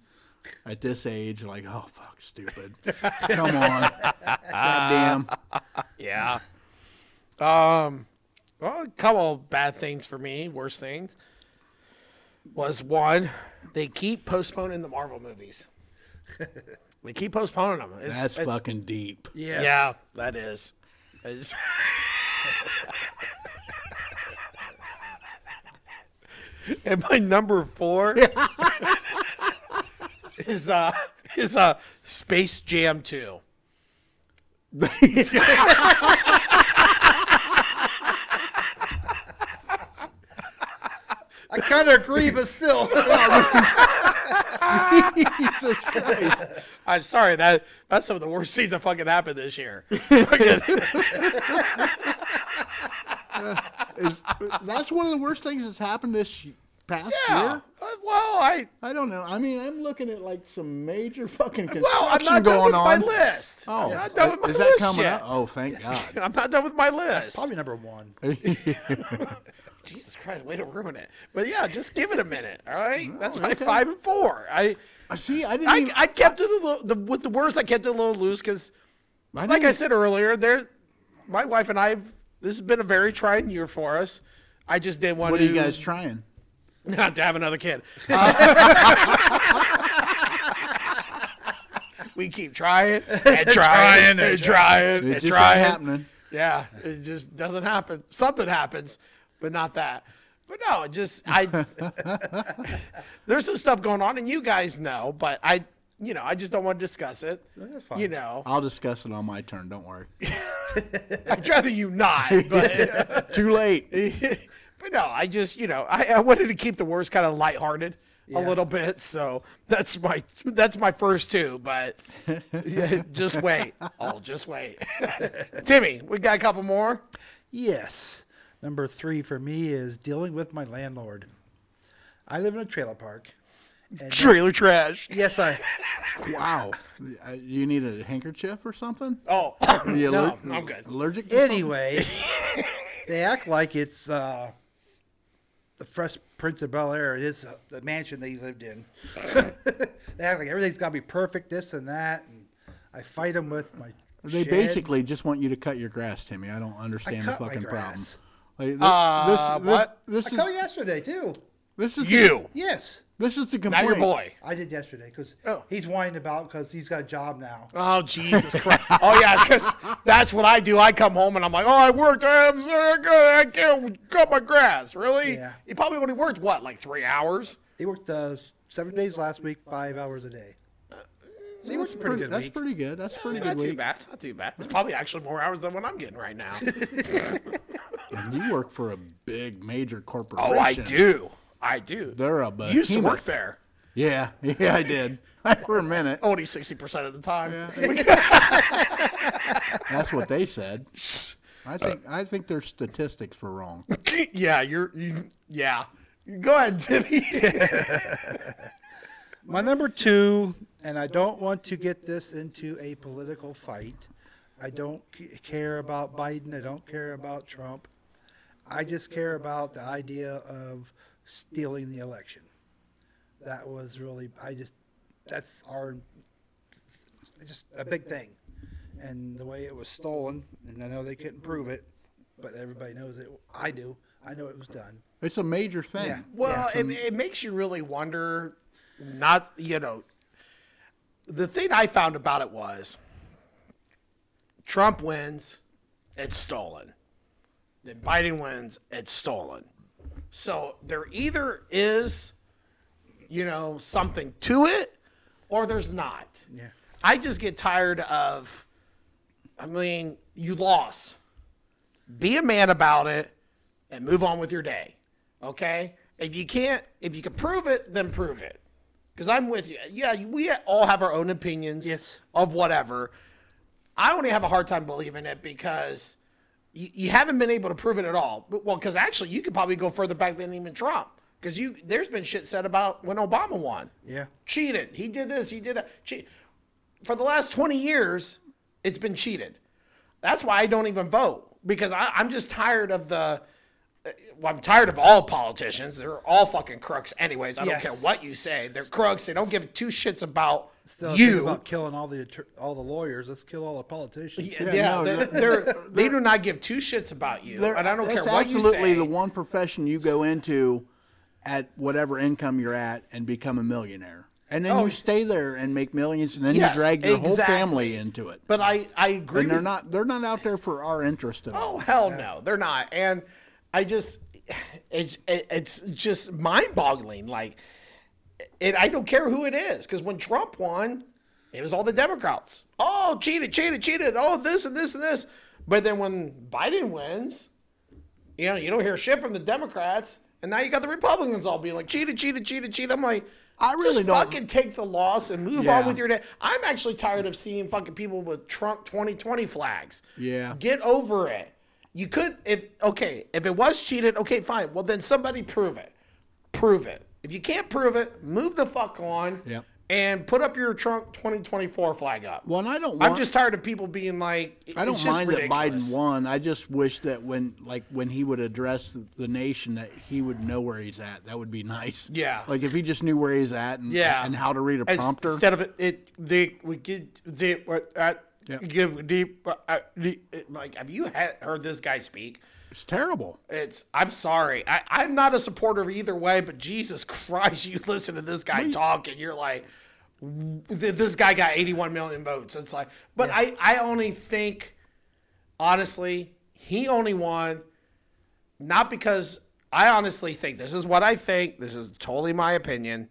Speaker 2: At this age, like, oh fuck, stupid. Come on, goddamn.
Speaker 1: Yeah. Um, well, a couple bad things for me, worst things, was one, they keep postponing the Marvel movies. they keep postponing them. It's,
Speaker 2: That's
Speaker 1: it's-
Speaker 2: fucking deep.
Speaker 3: Yes.
Speaker 1: Yeah, that is. It's- and my number four is uh is uh Space Jam Two.
Speaker 3: I kind of agree, but still.
Speaker 2: Jesus Christ.
Speaker 1: I'm sorry that that's some of the worst things that fucking happened this year.
Speaker 2: Is, that's one of the worst things that's happened this past
Speaker 1: Yeah.
Speaker 2: year.
Speaker 1: Uh, well, I
Speaker 2: I don't know. I mean, I'm looking at like some major fucking construction
Speaker 1: well, I'm not done
Speaker 2: going
Speaker 1: with
Speaker 2: on.
Speaker 1: my list.
Speaker 2: Oh,
Speaker 1: I'm not done with my
Speaker 2: is that
Speaker 1: list
Speaker 2: coming
Speaker 1: yet.
Speaker 2: up? Oh, thank God.
Speaker 1: I'm not done with my list.
Speaker 3: Probably number one.
Speaker 1: Jesus Christ, way to ruin it. But yeah, just give it a minute. All right, that's my
Speaker 2: Oh, okay. Hmm.
Speaker 1: five and four. I
Speaker 2: I See, I didn't.
Speaker 1: I,
Speaker 2: even,
Speaker 1: I kept it a little the, with the words. I kept it a little loose because,
Speaker 2: I
Speaker 1: like I
Speaker 2: didn't-
Speaker 1: said earlier, there, my wife and I, have this has been a very trying year for us. I just didn't want
Speaker 2: what are
Speaker 1: to
Speaker 2: you guys trying?
Speaker 1: not to have another kid. Uh, we keep trying and trying and trying
Speaker 2: It's
Speaker 1: and
Speaker 2: just not
Speaker 1: trying.
Speaker 2: happening.
Speaker 1: Yeah, it just doesn't happen. Something happens, but not that. But no, it just I. there's some stuff going on, and you guys know, but I, you know, I just don't want to discuss it.
Speaker 3: That's fine.
Speaker 1: You know,
Speaker 2: I'll discuss it on my turn. Don't worry.
Speaker 1: I'd rather you not. But
Speaker 2: Too late.
Speaker 1: but no, I just you know I, I wanted to keep the worst kind of lighthearted a
Speaker 3: Yeah.
Speaker 1: little bit, so that's my that's my first two. But yeah, just wait, oh, just wait. Timmy, we got a couple more.
Speaker 3: Yes. Number three for me is dealing with my landlord. I live in a trailer park.
Speaker 1: Trailer trash.
Speaker 3: Yes, I.
Speaker 2: Wow. Uh, You need a handkerchief or something?
Speaker 1: Oh
Speaker 2: You
Speaker 1: no,
Speaker 2: aller-
Speaker 1: I'm good.
Speaker 2: Allergic? to something?
Speaker 3: Anyway, they act like it's uh, the Fresh Prince of Bel Air. It is uh, the mansion that he lived in. they act like everything's got to be perfect, this and that. And I fight them with my.
Speaker 2: They
Speaker 3: shed.
Speaker 2: basically just want you to cut your grass, Timmy. I don't understand the
Speaker 3: cut my
Speaker 2: fucking problem.
Speaker 3: grass.
Speaker 2: Like, th-
Speaker 1: Uh,
Speaker 2: this,
Speaker 1: what?
Speaker 2: This,
Speaker 3: I
Speaker 2: this
Speaker 3: cut
Speaker 2: is
Speaker 3: yesterday too.
Speaker 2: this is
Speaker 1: You.
Speaker 3: Yes,
Speaker 2: The, this is the
Speaker 1: Now
Speaker 2: complaint.
Speaker 1: your boy.
Speaker 3: I did yesterday because
Speaker 1: Oh.
Speaker 3: he's whining about because he's got a job now.
Speaker 1: Oh Jesus Christ! Oh yeah, because that's what I do. I come home and I'm like, oh, I worked. I'm so good. I can't cut my grass. Really?
Speaker 3: Yeah.
Speaker 1: He probably only worked what, like three hours?
Speaker 3: He worked uh, seven days last week, five hours a day. So he worked a pretty good
Speaker 2: That's
Speaker 3: week.
Speaker 2: pretty good. That's pretty
Speaker 1: It's
Speaker 2: good
Speaker 1: not too
Speaker 2: week.
Speaker 1: bad. It's not too bad. It's probably actually more hours than what I'm getting right now.
Speaker 2: And you work for a big major corporation.
Speaker 1: oh, I do. I do.
Speaker 2: They're a
Speaker 1: you used to
Speaker 2: behemoth.
Speaker 1: work there.
Speaker 2: Yeah, yeah, I did. for a minute.
Speaker 1: Only sixty percent of the time.
Speaker 2: That's what they said. I think I think their statistics were wrong.
Speaker 1: yeah, you're. You, yeah. Go ahead, Timmy.
Speaker 3: My number two, and I don't want to get this into a political fight. I don't c- care about Biden. I don't care about Trump. I just care about the idea of stealing the election. That was really, I just, that's our, just a big thing. And the way it was stolen, and I know they couldn't prove it, but everybody knows it. I do. I know it was done.
Speaker 2: It's a major thing.
Speaker 3: Yeah.
Speaker 1: Well, it, it makes you really wonder. Not you know, the thing I found about it was Trump wins, it's stolen. Then Biden wins, it's stolen. So there either is you know, something to it, or there's not.
Speaker 3: Yeah.
Speaker 1: I just get tired of. I mean, you lost. Be a man about it, and move on with your day. Okay. If you can't, if you can prove it, then prove it. Because I'm with you. Yeah, we all have our own opinions
Speaker 3: Yes.
Speaker 1: of whatever. I only have a hard time believing it because you, you haven't been able to prove it at all. But, well, because actually, you could probably go further back than even Trump. Because you, there's been shit said about when Obama won
Speaker 3: Yeah.
Speaker 1: cheated. He did this. He did that. Che- For the last 20 years, it's been cheated. That's why I don't even vote because I, I'm just tired of the. Well, I'm tired of all politicians. They're all fucking crooks, anyways. I
Speaker 3: Yes.
Speaker 1: don't care what you say. They're crooks. They don't give two shits about
Speaker 3: Still, you
Speaker 1: you.
Speaker 3: about killing all the attor- all the lawyers. Let's kill all the politicians.
Speaker 1: yeah,
Speaker 2: Yeah, no,
Speaker 1: they're, they're, they do not give two shits about you,
Speaker 2: There-
Speaker 1: and I don't care
Speaker 2: that's
Speaker 1: what you
Speaker 2: absolutely
Speaker 1: say.
Speaker 2: the one profession you go into at whatever income you're at and become a millionaire. And then you stay there and make millions and then
Speaker 1: Oh, Yes,
Speaker 2: you drag your whole
Speaker 1: exactly.
Speaker 2: family into it.
Speaker 1: but I, I agree.
Speaker 2: and they're
Speaker 1: with-
Speaker 2: not they're not out there for our interest at all.
Speaker 1: Oh hell no, they're not. And I just, it's it, it's just mind boggling. Like, it. I don't care who it is because when Trump won, it was all the Democrats. Oh, cheated, cheated, cheated. Oh, this and this and this. But then when Biden wins, you know, you don't hear shit from the Democrats. And now you got the Republicans all being like cheated, cheated, cheated, cheated. I'm like,
Speaker 2: I really
Speaker 1: just
Speaker 2: don't-
Speaker 1: fucking take the loss and move
Speaker 2: Yeah.
Speaker 1: on with your day. I'm actually tired of seeing fucking people with Trump 2020 flags.
Speaker 2: Yeah.
Speaker 1: Get over it. You could if okay, if it was cheated, okay, fine. Well then somebody prove it. Prove it. If you can't prove it, move the fuck on
Speaker 2: Yep.
Speaker 1: and put up your Trump 2024 flag up.
Speaker 2: Well, and I don't
Speaker 1: I'm
Speaker 2: want-
Speaker 1: just tired of people being like
Speaker 2: I don't
Speaker 1: it's just
Speaker 2: mind
Speaker 1: ridiculous.
Speaker 2: that Biden won. I just wish that when like when he would address the, the nation that he would know where he's at. That would be nice.
Speaker 1: Yeah.
Speaker 2: Like if he just knew where he's at and
Speaker 1: Yeah.
Speaker 2: and how to read a
Speaker 1: Ins-
Speaker 2: prompter.
Speaker 1: Instead of it, it they we get they uh, uh,
Speaker 2: Yep.
Speaker 1: give deep uh, uh, the- it- like have you he- heard this guy speak?
Speaker 2: it's terrible.
Speaker 1: It's I'm sorry, I, I'm not a supporter of either way, but Jesus Christ, you listen to this guy talk and you're like, w- th- this guy got 81 million votes. It's like, but I I only think honestly he only won not because I honestly think this is what I think. This is totally my opinion.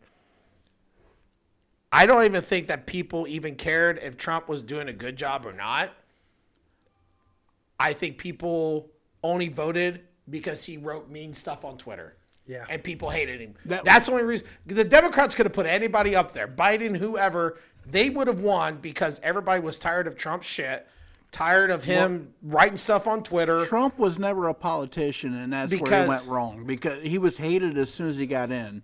Speaker 1: I don't even think that people even cared if Trump was doing a good job or not. I think people only voted because he wrote mean stuff on Twitter.
Speaker 3: Yeah.
Speaker 1: And people hated him.
Speaker 2: That-
Speaker 1: That's the only reason. The Democrats could have put anybody up there, Biden, whoever, they would have won because everybody was tired of Trump's shit, tired of him writing stuff on Twitter.
Speaker 2: Trump was never a politician, and that's where
Speaker 1: Because-
Speaker 2: he went wrong because he was hated as soon as he got in.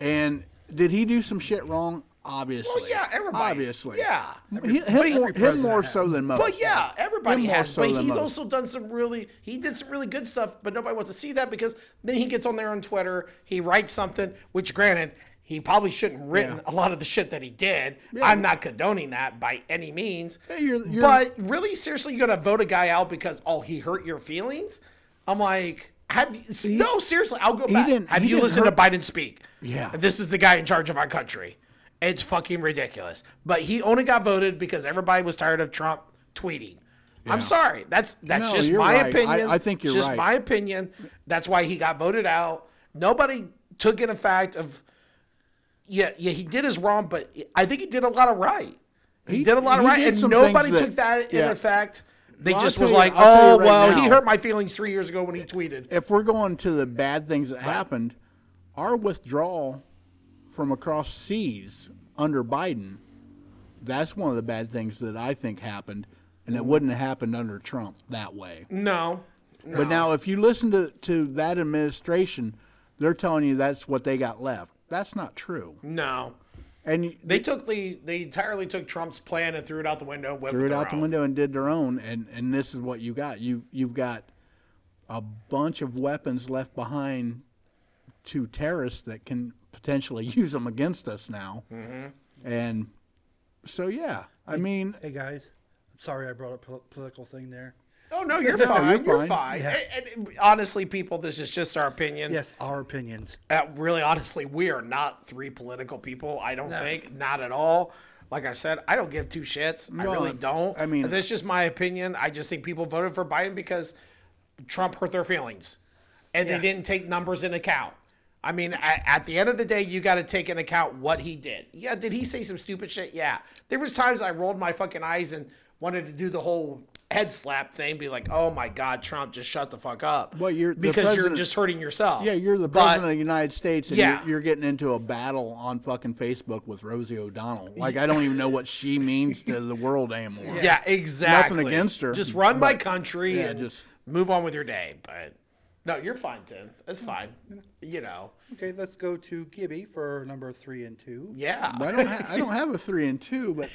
Speaker 2: And did he do some shit wrong? Obviously.
Speaker 1: Well, yeah, everybody.
Speaker 2: Obviously.
Speaker 1: Yeah.
Speaker 2: He- him, more, him
Speaker 3: president
Speaker 2: more
Speaker 3: has.
Speaker 2: so than most.
Speaker 1: But yeah, everybody
Speaker 2: Him more
Speaker 1: has.
Speaker 2: so
Speaker 1: but
Speaker 2: than
Speaker 1: he's
Speaker 2: most.
Speaker 1: also done some really he did some really good stuff, but nobody wants to see that because then he gets on there on Twitter, he writes something, which granted, he probably shouldn't have written a lot of the shit that he did. I'm not condoning that by any means.
Speaker 2: Yeah, you're- you're-
Speaker 1: but really seriously you're gonna vote a guy out because oh he hurt your feelings? I'm like have you, no seriously, I'll go back.
Speaker 2: didn't-
Speaker 1: have
Speaker 2: he
Speaker 1: you
Speaker 2: didn't
Speaker 1: listened
Speaker 2: hurt-
Speaker 1: to Biden speak?
Speaker 2: Yeah.
Speaker 1: This is the guy in charge of our country. It's fucking ridiculous. But he only got voted because everybody was tired of Trump tweeting. I'm sorry. That's that's
Speaker 2: No,
Speaker 1: just
Speaker 2: you're
Speaker 1: my
Speaker 2: right. I-
Speaker 1: opinion.
Speaker 2: I think you're
Speaker 1: just
Speaker 2: right.
Speaker 1: my opinion. That's why he got voted out. Nobody took in a fact of yeah, yeah, he did his wrong, but I think he did a lot of right. He, did a lot of
Speaker 2: he
Speaker 1: right,
Speaker 2: did
Speaker 1: and
Speaker 2: some
Speaker 1: nobody
Speaker 2: things
Speaker 1: took that
Speaker 2: that-
Speaker 1: in
Speaker 2: yeah.
Speaker 1: effect. They
Speaker 2: Well, I'll
Speaker 1: just
Speaker 2: tell
Speaker 1: was
Speaker 2: you-
Speaker 1: like,
Speaker 2: I'll tell
Speaker 1: "Oh
Speaker 2: you right
Speaker 1: well, he
Speaker 2: now.
Speaker 1: hurt my feelings three years ago when he tweeted."
Speaker 2: if we're going to the bad things that happened, our withdrawal from across seas under Biden, that's one of the bad things that I think happened, and it wouldn't have happened under Trump that way.
Speaker 1: No,
Speaker 2: But now, if you listen to, to that administration, they're telling you that's what they got left. That's not true.
Speaker 1: no,
Speaker 2: And you-
Speaker 1: They took the they entirely took Trump's plan and threw it out the window. And went
Speaker 2: threw
Speaker 1: with
Speaker 2: it
Speaker 1: their
Speaker 2: out the
Speaker 1: own.
Speaker 2: window and did their own. And, and this is what you got. You you've got a bunch of weapons left behind to terrorists that can potentially use them against us now. Mm-hmm. And so yeah, I mean,
Speaker 3: Hey guys, I'm sorry I brought up pol- political thing there.
Speaker 1: Oh no, you're
Speaker 2: No,
Speaker 1: fine. You're
Speaker 2: you're
Speaker 1: fine.
Speaker 2: fine.
Speaker 1: And, and honestly, people, this is just our opinion.
Speaker 3: Yes, our opinions.
Speaker 1: Uh, really, honestly, we are not three political people. I don't think not at all. Like I said, I don't give two shits. I
Speaker 2: No,
Speaker 1: really don't.
Speaker 2: I mean-
Speaker 1: that's just my opinion. I just think people voted for Biden because Trump hurt their feelings, and
Speaker 3: Yeah.
Speaker 1: they didn't take numbers into account. I mean, at, at the end of the day, you got to take into account what he did. Yeah, did he say some stupid shit? Yeah. There was times I rolled my fucking eyes and wanted to do the whole head slap thing, be like, "Oh my God, Trump, just shut the fuck up."
Speaker 2: Well, you're the
Speaker 1: because you're
Speaker 2: president-
Speaker 1: just hurting yourself.
Speaker 2: Yeah, you're the
Speaker 1: But-
Speaker 2: president of the United States, and
Speaker 1: Yeah.
Speaker 2: you're, you're getting into a battle on fucking Facebook with Rosie O'Donnell. Like, I don't even know what she means to the world anymore.
Speaker 1: Yeah, exactly.
Speaker 2: against her,
Speaker 1: Just run my country
Speaker 2: yeah,
Speaker 1: and
Speaker 2: just-
Speaker 1: move on with your day. But no, you're fine, Tim. That's fine. You know,
Speaker 3: Okay, let's go to Gibby for number three and two.
Speaker 1: yeah.
Speaker 2: I don't. Ha- I don't have a three and two, but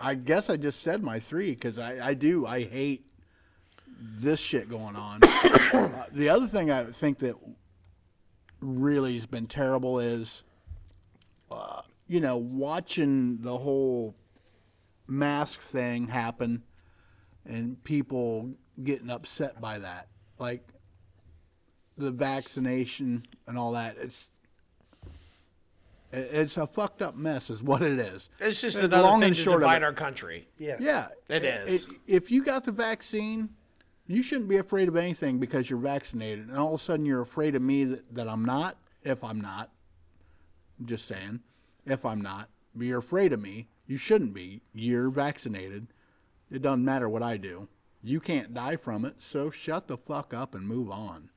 Speaker 2: I guess I just said my three because I, I do. I hate this shit going on. Uh, the other thing I think that really has been terrible is, uh, you know, watching the whole mask thing happen and people getting upset by that, like the vaccination and all that. It's it- it's a fucked up mess, is what it is.
Speaker 1: It's just
Speaker 2: Uh,
Speaker 1: another
Speaker 2: long
Speaker 1: thing
Speaker 2: and
Speaker 1: to
Speaker 2: short of
Speaker 1: divide
Speaker 2: it.
Speaker 1: our country.
Speaker 3: Yes.
Speaker 2: Yeah,
Speaker 1: It is.
Speaker 2: if you got the vaccine, you shouldn't be afraid of anything because you're vaccinated, and all of a sudden you're afraid of me that, that I'm not. If I'm not, just saying, if I'm not, but you're afraid of me. You shouldn't be. You're vaccinated. It doesn't matter what I do. You can't die from it, so shut the fuck up and move on.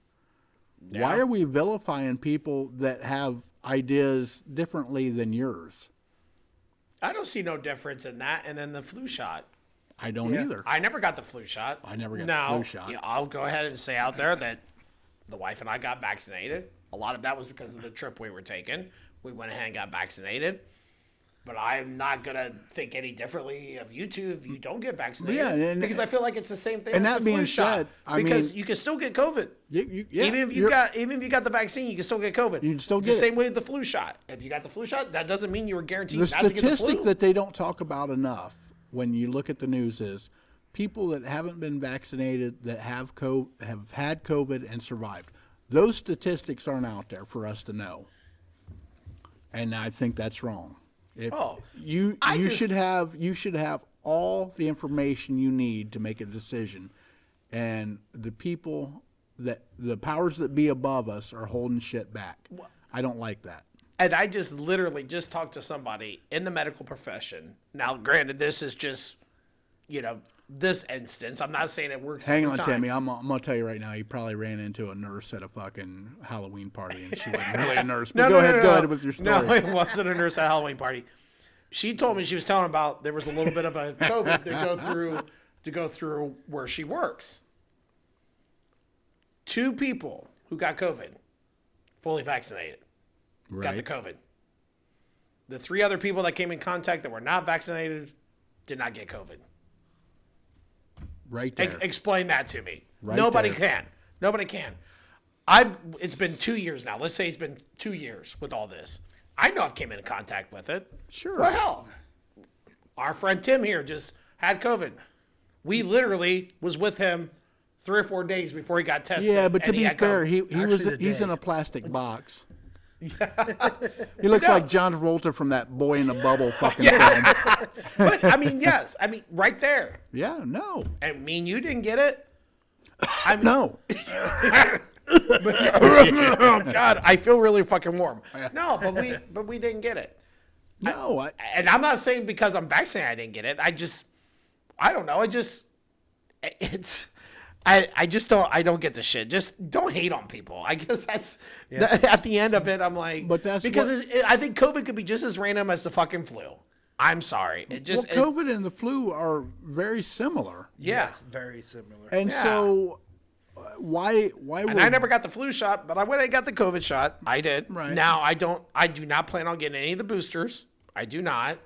Speaker 2: Why are we vilifying people that have ideas differently than yours?
Speaker 1: I don't see no difference in that and then the flu shot.
Speaker 2: I don't
Speaker 3: Yeah.
Speaker 2: either.
Speaker 1: I never got the flu shot.
Speaker 2: I never got the
Speaker 1: Now,
Speaker 2: flu shot.
Speaker 1: yeah, I'll go ahead and say out there that the wife and I got vaccinated. A lot of that was because of the trip we were taking. We went ahead and got vaccinated. But I'm not gonna think any differently of you two if you don't get vaccinated.
Speaker 2: Yeah, and-
Speaker 1: because I feel like it's the same thing.
Speaker 2: and
Speaker 1: as
Speaker 2: that
Speaker 1: the flu
Speaker 2: being
Speaker 1: shot,
Speaker 2: said, I
Speaker 1: because
Speaker 2: mean-
Speaker 1: you can still get COVID.
Speaker 2: You- you- yeah,
Speaker 1: even if you
Speaker 2: you're-
Speaker 1: got even if you got the vaccine, you can still get COVID. You
Speaker 2: can still
Speaker 1: the
Speaker 2: get it.
Speaker 1: same way with the flu shot. If you got the flu shot, that doesn't mean you were guaranteed
Speaker 2: the
Speaker 1: not to get the
Speaker 2: statistic
Speaker 1: flu.
Speaker 2: that they don't talk about enough when you look at the news is people that haven't been vaccinated that have co- have had COVID and survived. Those statistics aren't out there for us to know, and I think that's wrong. If
Speaker 1: Oh,
Speaker 2: you
Speaker 1: I
Speaker 2: you
Speaker 1: just-
Speaker 2: should have you should have all the information you need to make a decision, and the people that the powers that be above us are holding shit back. I don't like that.
Speaker 1: and I just literally just talked to somebody in the medical profession. Now, granted, this is just, you know, this instance. I'm not saying it works.
Speaker 2: Hang
Speaker 1: every
Speaker 2: on,
Speaker 1: time.
Speaker 2: Timmy. I'm, I'm gonna tell you right now. He probably ran into a nurse at a fucking Halloween party, and she wasn't really a nurse. But
Speaker 1: No,
Speaker 2: go
Speaker 1: no,
Speaker 2: ahead,
Speaker 1: no, no,
Speaker 2: go
Speaker 1: no.
Speaker 2: ahead with your story.
Speaker 1: No, it wasn't a nurse at a Halloween party. She told me she was telling about there was a little bit of a COVID to go through to go through where she works. Two people who got COVID, fully vaccinated. got the
Speaker 2: right.
Speaker 1: COVID. The three other people that came in contact that were not vaccinated did not get COVID.
Speaker 2: right
Speaker 1: Ex-
Speaker 2: there.
Speaker 1: explain that to me.
Speaker 2: Right
Speaker 1: Nobody
Speaker 2: there.
Speaker 1: can. Nobody can. I've. It's been two years now. Let's say it's been two years with all this. I know I've came into contact with it.
Speaker 2: Sure.
Speaker 1: Well, hell, our friend Tim here just had COVID. We literally was with him three or four days before he got tested.
Speaker 2: yeah, but to
Speaker 1: and
Speaker 2: be
Speaker 1: had
Speaker 2: fair,
Speaker 1: COVID.
Speaker 2: he, he was
Speaker 3: Actually, the
Speaker 2: he's
Speaker 3: day.
Speaker 2: in a plastic box. he looks like John Travolta from that Boy in a Bubble fucking film.
Speaker 1: but I mean, yes, I mean, right there.
Speaker 2: Yeah, no,
Speaker 1: I mean, you didn't get it. I mean,
Speaker 2: no.
Speaker 1: oh God, I feel really fucking warm. No, but we but we didn't get it.
Speaker 2: No, I,
Speaker 1: and I'm not saying because I'm vaccinated I didn't get it. I just I don't know. I just it's I I just don't I don't get the shit. Just don't hate on people. I guess that's at the end of it. I'm like,
Speaker 2: But that's
Speaker 1: because
Speaker 2: what-
Speaker 1: it's- it, I think COVID could be just as random as the fucking flu. I'm sorry. It
Speaker 2: well,
Speaker 1: just it-
Speaker 2: COVID and the flu are very similar,
Speaker 1: yeah.
Speaker 3: Yes, very similar.
Speaker 2: and
Speaker 1: Yeah.
Speaker 2: so uh, why why
Speaker 1: And
Speaker 2: would
Speaker 1: I never got the flu shot, but I went and got the COVID shot. I did.
Speaker 2: Right.
Speaker 1: Now I don't. I do not plan on getting any of the boosters. I do not.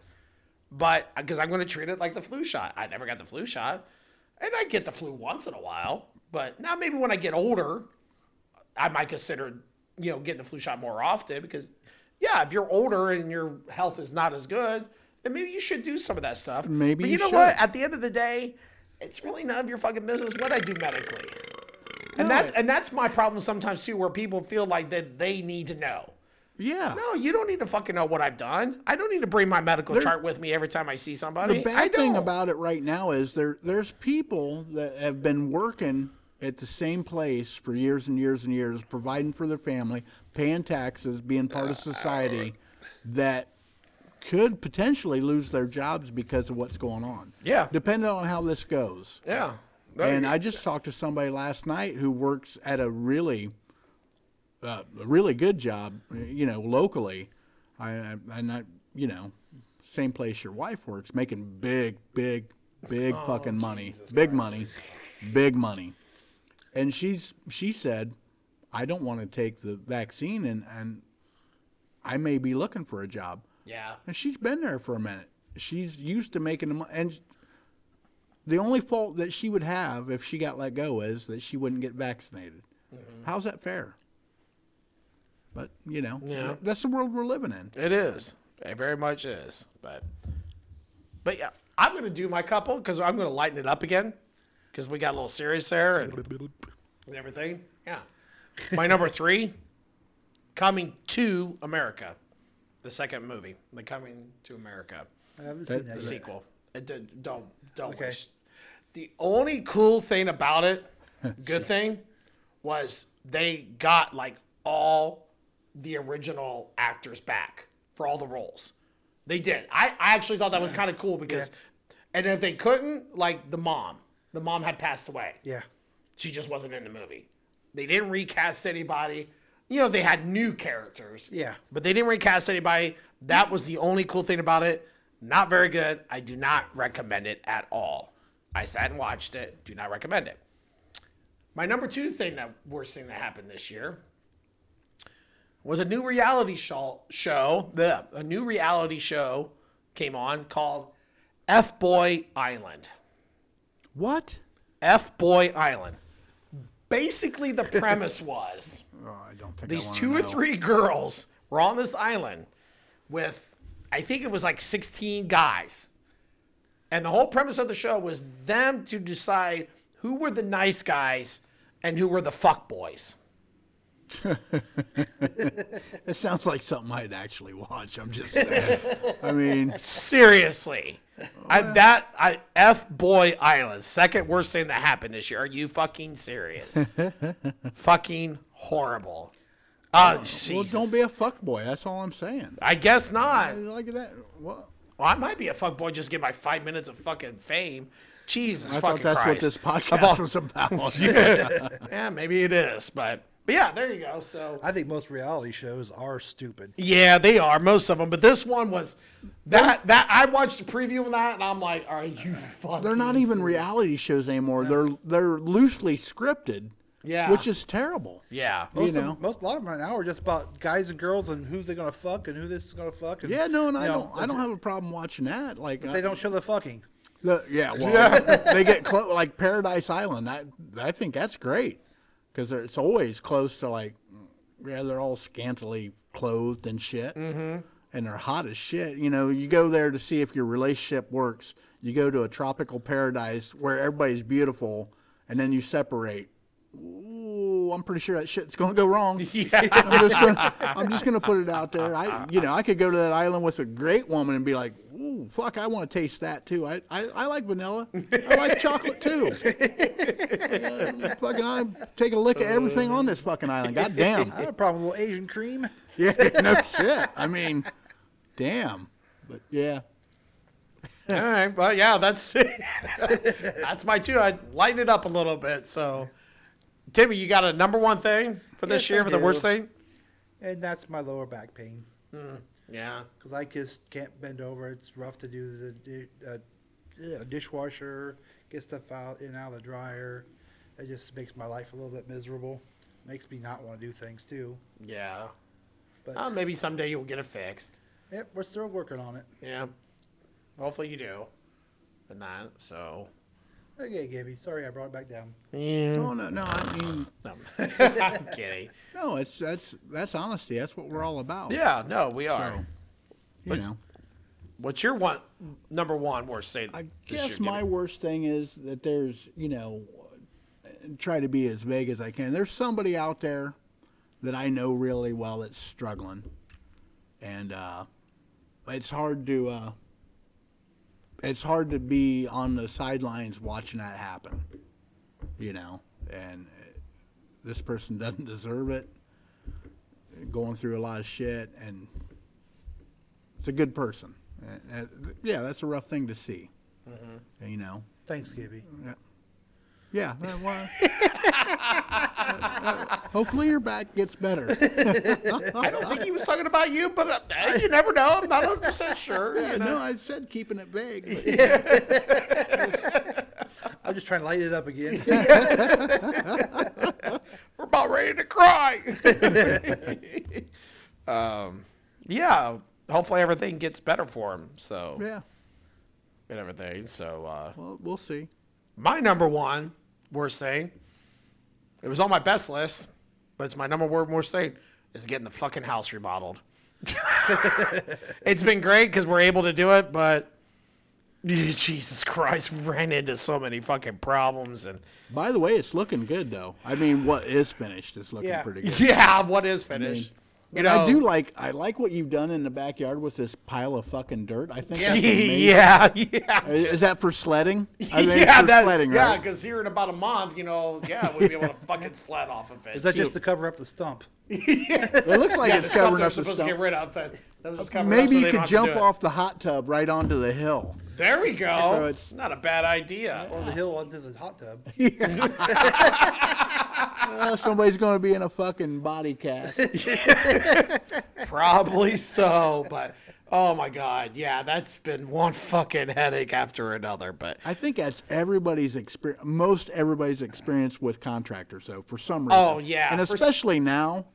Speaker 1: But because I'm going to treat it like the flu shot. I never got the flu shot, and I get the flu once in a while. But now maybe when I get older, I might consider you know getting the flu shot more often because yeah, if you're older and your health is not as good, then maybe you should do some of that stuff.
Speaker 2: Maybe
Speaker 1: but you,
Speaker 2: you
Speaker 1: know what?
Speaker 2: should.
Speaker 1: At the end of the day, it's really none of your fucking business what I do medically. And that's and that's my problem sometimes too, where people feel like that they need to know.
Speaker 2: yeah
Speaker 1: No, you don't need to fucking know what I've done. I don't need to bring my medical chart with me every time I see somebody.
Speaker 2: The bad
Speaker 1: I don't.
Speaker 2: thing about it right now is there there's people that have been working at the same place for years and years and years, providing for their family, paying taxes, being part of society, that could potentially lose their jobs because of what's going on.
Speaker 1: Yeah.
Speaker 2: Depending on how this goes.
Speaker 1: Yeah.
Speaker 2: And I just talked to somebody last night who works at a really, uh, a really good job, you know, locally. I, I, and I, you know, same place your wife works, making big, big, big fucking money, big money, big money. And she's she said, I don't want to take the vaccine, and and I may be looking for a job.
Speaker 1: yeah.
Speaker 2: And she's been there for a minute. She's used to making the money. And the only fault that she would have if she got let go is that she wouldn't get vaccinated.
Speaker 1: Mm-hmm.
Speaker 2: How's that fair? But, you know,
Speaker 1: Yeah.
Speaker 2: th- that's the world we're living in.
Speaker 1: It is. It very much is. But but yeah, I'm gonna do my couple because I'm gonna lighten it up again because we got a little serious there
Speaker 2: Oh,
Speaker 1: and, and everything. Yeah. My number three, coming to America, the second movie, the Coming to America,
Speaker 3: I
Speaker 2: That-
Speaker 3: haven't seen that
Speaker 1: the
Speaker 3: yet.
Speaker 1: sequel. Uh, d- Don't don't
Speaker 3: Okay.
Speaker 1: wish. The only cool thing about it, good thing, was they got like all the original actors back for all the roles. They did. I, I actually thought that was kind of cool because, and if they couldn't, like the mom, the mom had passed away.
Speaker 3: Yeah.
Speaker 1: She just wasn't in the movie. They didn't recast anybody. You know, they had new characters.
Speaker 3: Yeah.
Speaker 1: But they didn't recast anybody. That was the only cool thing about it. Not very good. I do not recommend it at all. I sat and watched it. Do not recommend it. My number two thing that worst thing that happened this year was a new reality show. Show bleh, a new reality show came on called F Boy Island.
Speaker 2: What?
Speaker 1: F Boy Island. Basically, the premise was
Speaker 2: Oh, I don't think I
Speaker 1: these
Speaker 2: wanna
Speaker 1: two or
Speaker 2: know.
Speaker 1: three girls were on this island with, I think it was like 16 guys. And the whole premise of the show was them to decide who were the nice guys and who were the fuck boys.
Speaker 2: It sounds like something I'd actually watch. I'm just saying. I mean,
Speaker 1: Seriously. I,
Speaker 2: Oh,
Speaker 1: that I F boy island second worst thing that happened this year. Are you fucking serious? fucking horrible. Oh,
Speaker 2: well,
Speaker 1: Jesus.
Speaker 2: don't be a fuckboy. That's all I'm saying.
Speaker 1: I guess not.
Speaker 2: Look at that. What?
Speaker 1: Well, I might be a fuckboy just get my five minutes of fucking fame. Jesus
Speaker 2: I
Speaker 1: fucking
Speaker 2: thought that's
Speaker 1: Christ.
Speaker 2: what this podcast
Speaker 1: About-
Speaker 2: was about.
Speaker 1: yeah, maybe it is, but but yeah, there you go. So
Speaker 3: I think most reality shows are stupid.
Speaker 1: yeah, they are most of them, but this one was that that I watched the preview of that and I'm like, are you fucking?
Speaker 2: They're not even reality shows anymore. They're they're loosely scripted.
Speaker 1: Yeah.
Speaker 2: Which is terrible.
Speaker 1: Yeah.
Speaker 3: Most,
Speaker 2: You know.
Speaker 3: of, most a lot of them right now are just about guys and girls and who they're gonna fuck and who this is gonna fuck. And,
Speaker 2: Yeah, no, and I
Speaker 3: you know,
Speaker 2: don't I
Speaker 3: it's-
Speaker 2: don't have a problem watching that. Like
Speaker 3: They don't show the fucking.
Speaker 2: the- yeah, well, they get close like Paradise Island. I I think that's great because it's always close to like yeah they're all scantily clothed and shit. Mm-hmm. And they're hot as shit. You know, you go there to see if your relationship works. You go to a tropical paradise where everybody's beautiful, and then you separate. Ooh, I'm pretty sure that shit's gonna go wrong. I'm just gonna, I'm just gonna put it out there. I, you know, I could go to that island with a great woman and be like, "Ooh, fuck, I want to taste that too. I, I, I like vanilla. I like chocolate too. Uh, fucking, I take a lick of everything on this fucking island. God damn.
Speaker 3: I have a problem with Asian cream.
Speaker 2: Yeah, no shit. I mean, damn. But yeah,
Speaker 1: All right. Well, yeah, that's that's my two. I lighten it up a little bit. So, Timmy, you got a number one thing for this
Speaker 3: Yes, I
Speaker 1: year for the worst
Speaker 3: do.
Speaker 1: thing?
Speaker 3: And that's my lower back pain
Speaker 1: Yeah.
Speaker 3: because I just can't bend over. It's rough to do the di- uh, uh, dishwasher, get stuff out in and out of the dryer. It just makes my life a little bit miserable. Makes me not want to do things too.
Speaker 1: Yeah.
Speaker 3: But
Speaker 1: Uh, maybe someday you'll get it fixed.
Speaker 3: yep, we're still working on it.
Speaker 1: Yeah. Hopefully you do. And that, so.
Speaker 3: Okay, Gabby. Sorry, I brought it back down.
Speaker 2: no, no, no. I mean,
Speaker 1: No. I'm kidding.
Speaker 2: no. It's that's that's honesty. That's what we're all about.
Speaker 1: Yeah, no, we
Speaker 2: So,
Speaker 1: are.
Speaker 2: you know.
Speaker 1: What's your one number one worst thing?
Speaker 2: I
Speaker 1: this year,
Speaker 2: guess my
Speaker 1: Jimmy?
Speaker 2: worst thing is that there's, you know, and try to be as vague as I can. There's somebody out there that I know really well that's struggling, and uh, it's hard to uh, it's hard to be on the sidelines watching that happen. You know, and uh, this person doesn't deserve it. Going through a lot of shit, and it's a good person. And, and, yeah, that's a rough thing to see. You know.
Speaker 3: Thanks, Gibby.
Speaker 2: Yeah. Yeah. that was- Hopefully your back gets better.
Speaker 1: I don't think he was talking about you, but uh, eh, you never know. I'm not 100 percent sure.
Speaker 2: Yeah,
Speaker 1: you know?
Speaker 2: no, I said keeping it vague. but-
Speaker 3: I'm just trying to light it up again.
Speaker 1: We're about ready to cry. um, yeah. Hopefully everything gets better for him. So
Speaker 2: yeah.
Speaker 1: and everything. So uh,
Speaker 2: Well, we'll see.
Speaker 1: my number one worst thing. It was on my best list, but it's my number one worst thing is getting the fucking house remodeled. it's been great because we're able to do it, but Jesus Christ, we ran into so many fucking problems and
Speaker 2: By the way, it's looking good though. I mean, what is finished is looking
Speaker 3: Yeah.
Speaker 2: pretty good.
Speaker 1: yeah, what is finished? You know,
Speaker 2: I do like I like what you've done in the backyard with this pile of fucking dirt. I think that's amazing.
Speaker 1: yeah, yeah.
Speaker 2: Is, is that for sledding? I think it's
Speaker 1: yeah,
Speaker 2: for sledding,
Speaker 1: yeah,
Speaker 2: right?
Speaker 1: because here in about a month, you know, yeah, we'll be able to fucking sled off of it.
Speaker 3: Is that just to cover up the stump?
Speaker 2: It looks like
Speaker 1: yeah,
Speaker 2: it's
Speaker 1: the stuff
Speaker 2: covering
Speaker 1: they're
Speaker 2: up the
Speaker 1: supposed to
Speaker 2: stump.
Speaker 1: get rid of? That, that was covered up so
Speaker 2: Maybe
Speaker 1: they don't
Speaker 2: you could
Speaker 1: have to
Speaker 2: jump
Speaker 1: do it.
Speaker 2: off the hot tub right onto the hill.
Speaker 1: There we go.
Speaker 2: So it's-
Speaker 1: not a bad idea.
Speaker 3: Or the hill under the hot tub?
Speaker 2: Uh, somebody's going to be in a fucking body cast.
Speaker 1: Probably so, but oh my god, yeah, that's been one fucking headache after another. But
Speaker 2: I think that's everybody's experience, most everybody's experience with contractors, though, for some reason.
Speaker 1: Oh, yeah,
Speaker 2: and
Speaker 1: for s-
Speaker 2: especially now,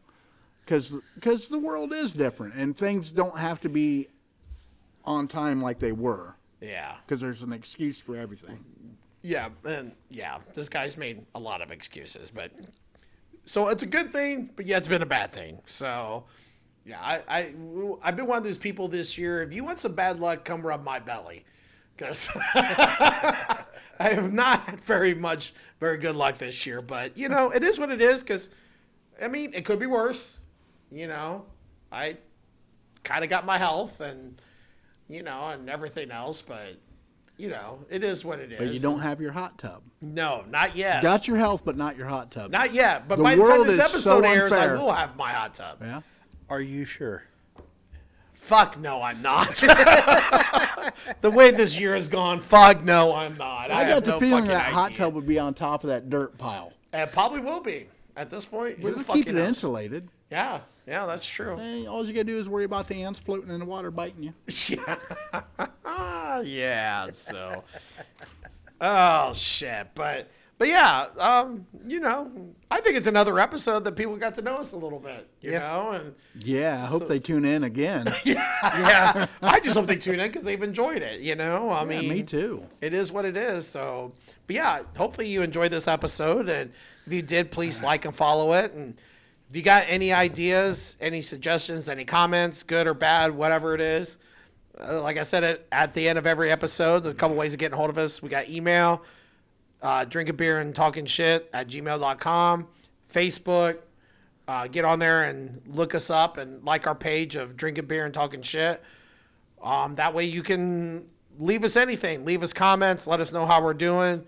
Speaker 2: because because the world is different and things don't have to be on time like they were,
Speaker 1: yeah,
Speaker 2: because there's an excuse for everything.
Speaker 1: yeah, and yeah, this guy's made a lot of excuses, but so it's a good thing, but yeah, it's been a bad thing. So yeah, I, I I've been one of those people this year. If you want some bad luck, come rub my belly, because I have not had very much very good luck this year. But you know, it is what it is. Because I mean, it could be worse. You know, I kind of got my health and you know and everything else, but you know, it is what it is.
Speaker 2: But you don't have your hot tub.
Speaker 1: No, not yet.
Speaker 2: Got your health, but not your hot tub.
Speaker 1: not yet. But
Speaker 2: The
Speaker 1: by the time
Speaker 2: world
Speaker 1: this
Speaker 2: is
Speaker 1: episode
Speaker 2: so
Speaker 1: airs, I
Speaker 2: unfair.
Speaker 1: will have my hot tub.
Speaker 2: yeah.
Speaker 3: Are you sure?
Speaker 1: Fuck no, I'm not. the way this year has gone, fuck no, I'm not. I,
Speaker 2: I
Speaker 1: have
Speaker 2: got the
Speaker 1: no
Speaker 2: feeling
Speaker 1: fucking
Speaker 2: that hot
Speaker 1: idea.
Speaker 2: tub would be on top of that dirt pile.
Speaker 1: It probably will be at this point. Who
Speaker 2: But
Speaker 1: the
Speaker 2: we
Speaker 1: fuck
Speaker 2: keep it
Speaker 1: knows?
Speaker 2: insulated.
Speaker 1: Yeah, yeah, that's true.
Speaker 2: Hey, all you gotta do is worry about the ants floating in the water biting you.
Speaker 1: yeah. yeah, so. Oh shit, but but yeah, um, you know, I think it's another episode that people got to know us a little bit, you
Speaker 3: Yeah.
Speaker 1: know, and
Speaker 2: Yeah, I hope they tune in again.
Speaker 1: yeah, I just hope they tune in because they've enjoyed it. You know, I
Speaker 2: Yeah,
Speaker 1: mean,
Speaker 2: me too.
Speaker 1: It is what it is. So, but yeah, hopefully you enjoyed this episode, and if you did, please like and follow it. And if you got any ideas, any suggestions, any comments, good or bad, whatever it is, uh, like I said at, at the end of every episode, there's a couple ways of getting hold of us. We got email, uh, drink a beer and talking shit at gmail.com, Facebook. Uh, get on there and look us up and like our page of drinking beer and talking shit. Um, that way you can leave us anything, leave us comments, let us know how we're doing.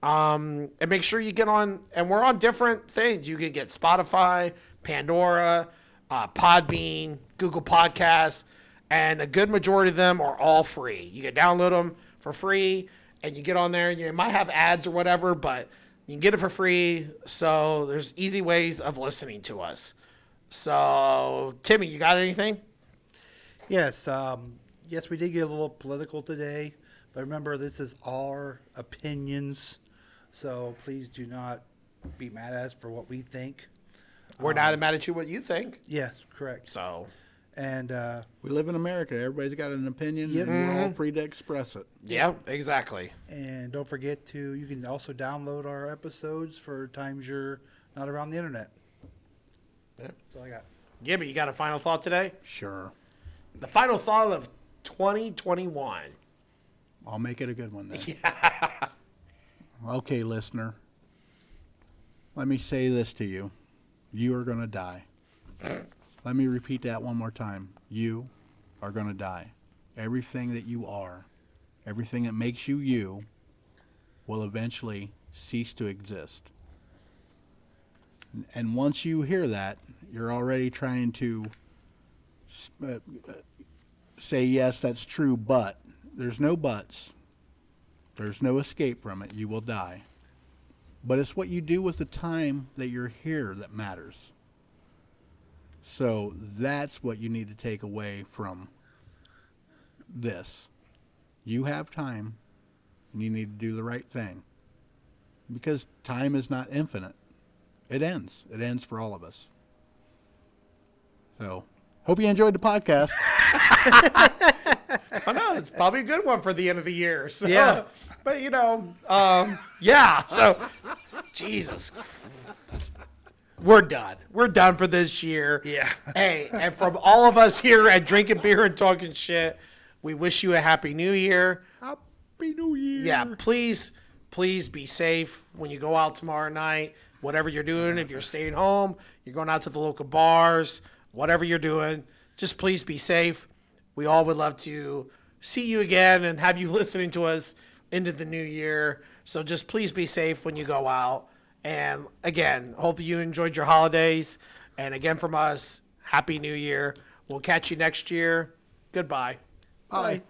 Speaker 1: Um, and make sure you get on, and we're on different things. You can get Spotify, Pandora, uh, Podbean, Google Podcasts, and a good majority of them are all free. You can download them for free, and you get on there, and you might have ads or whatever, but you can get it for free. So there's easy ways of listening to us. So, Timmy, you got anything?
Speaker 3: Yes. Um, yes, we did get a little political today, but remember, this is our opinions, so please do not be mad at us for what we think.
Speaker 1: We're not mad at you what you think.
Speaker 3: Yes, correct.
Speaker 1: So
Speaker 3: And uh,
Speaker 2: We live in America. Everybody's got an opinion,
Speaker 3: Yep.
Speaker 2: and we're all free to express it.
Speaker 1: yeah, exactly.
Speaker 3: and don't forget to you can also download our episodes for times you're not around the internet. That's all I got.
Speaker 1: Gibby, you got a final thought today?
Speaker 2: Sure.
Speaker 1: The final thought of 2021.
Speaker 2: I'll make it a good one then. Okay, listener. Let me say this to you. You are going to die. Let me repeat that one more time. You are going to die. Everything that you are, everything that makes you you, will eventually cease to exist. And once you hear that, you're already trying to s- uh, uh, say, yes, that's true, but there's no buts. There's no escape from it. You will die. But it's what you do with the time that you're here that matters. So that's what you need to take away from this. You have time and you need to do the right thing because time is not infinite. It ends. It ends for all of us. So, hope you enjoyed the podcast.
Speaker 1: I know it's probably a good one for the end of the year. So,
Speaker 3: Yeah.
Speaker 1: but you know, um, yeah. So, Jesus, we're done. We're done for this year.
Speaker 3: Yeah.
Speaker 1: Hey, and from all of us here at drinking beer and talking shit, we wish you a happy New Year.
Speaker 2: Happy New Year.
Speaker 1: Yeah, please, please be safe when you go out tomorrow night. Whatever you're doing, if you're staying home, you're going out to the local bars, whatever you're doing, just please be safe. We all would love to see you again and have you listening to us into the new year. So just please be safe when you go out. And again, hope you enjoyed your holidays. And again, from us, Happy New Year. We'll catch you next year. Goodbye.
Speaker 2: Bye.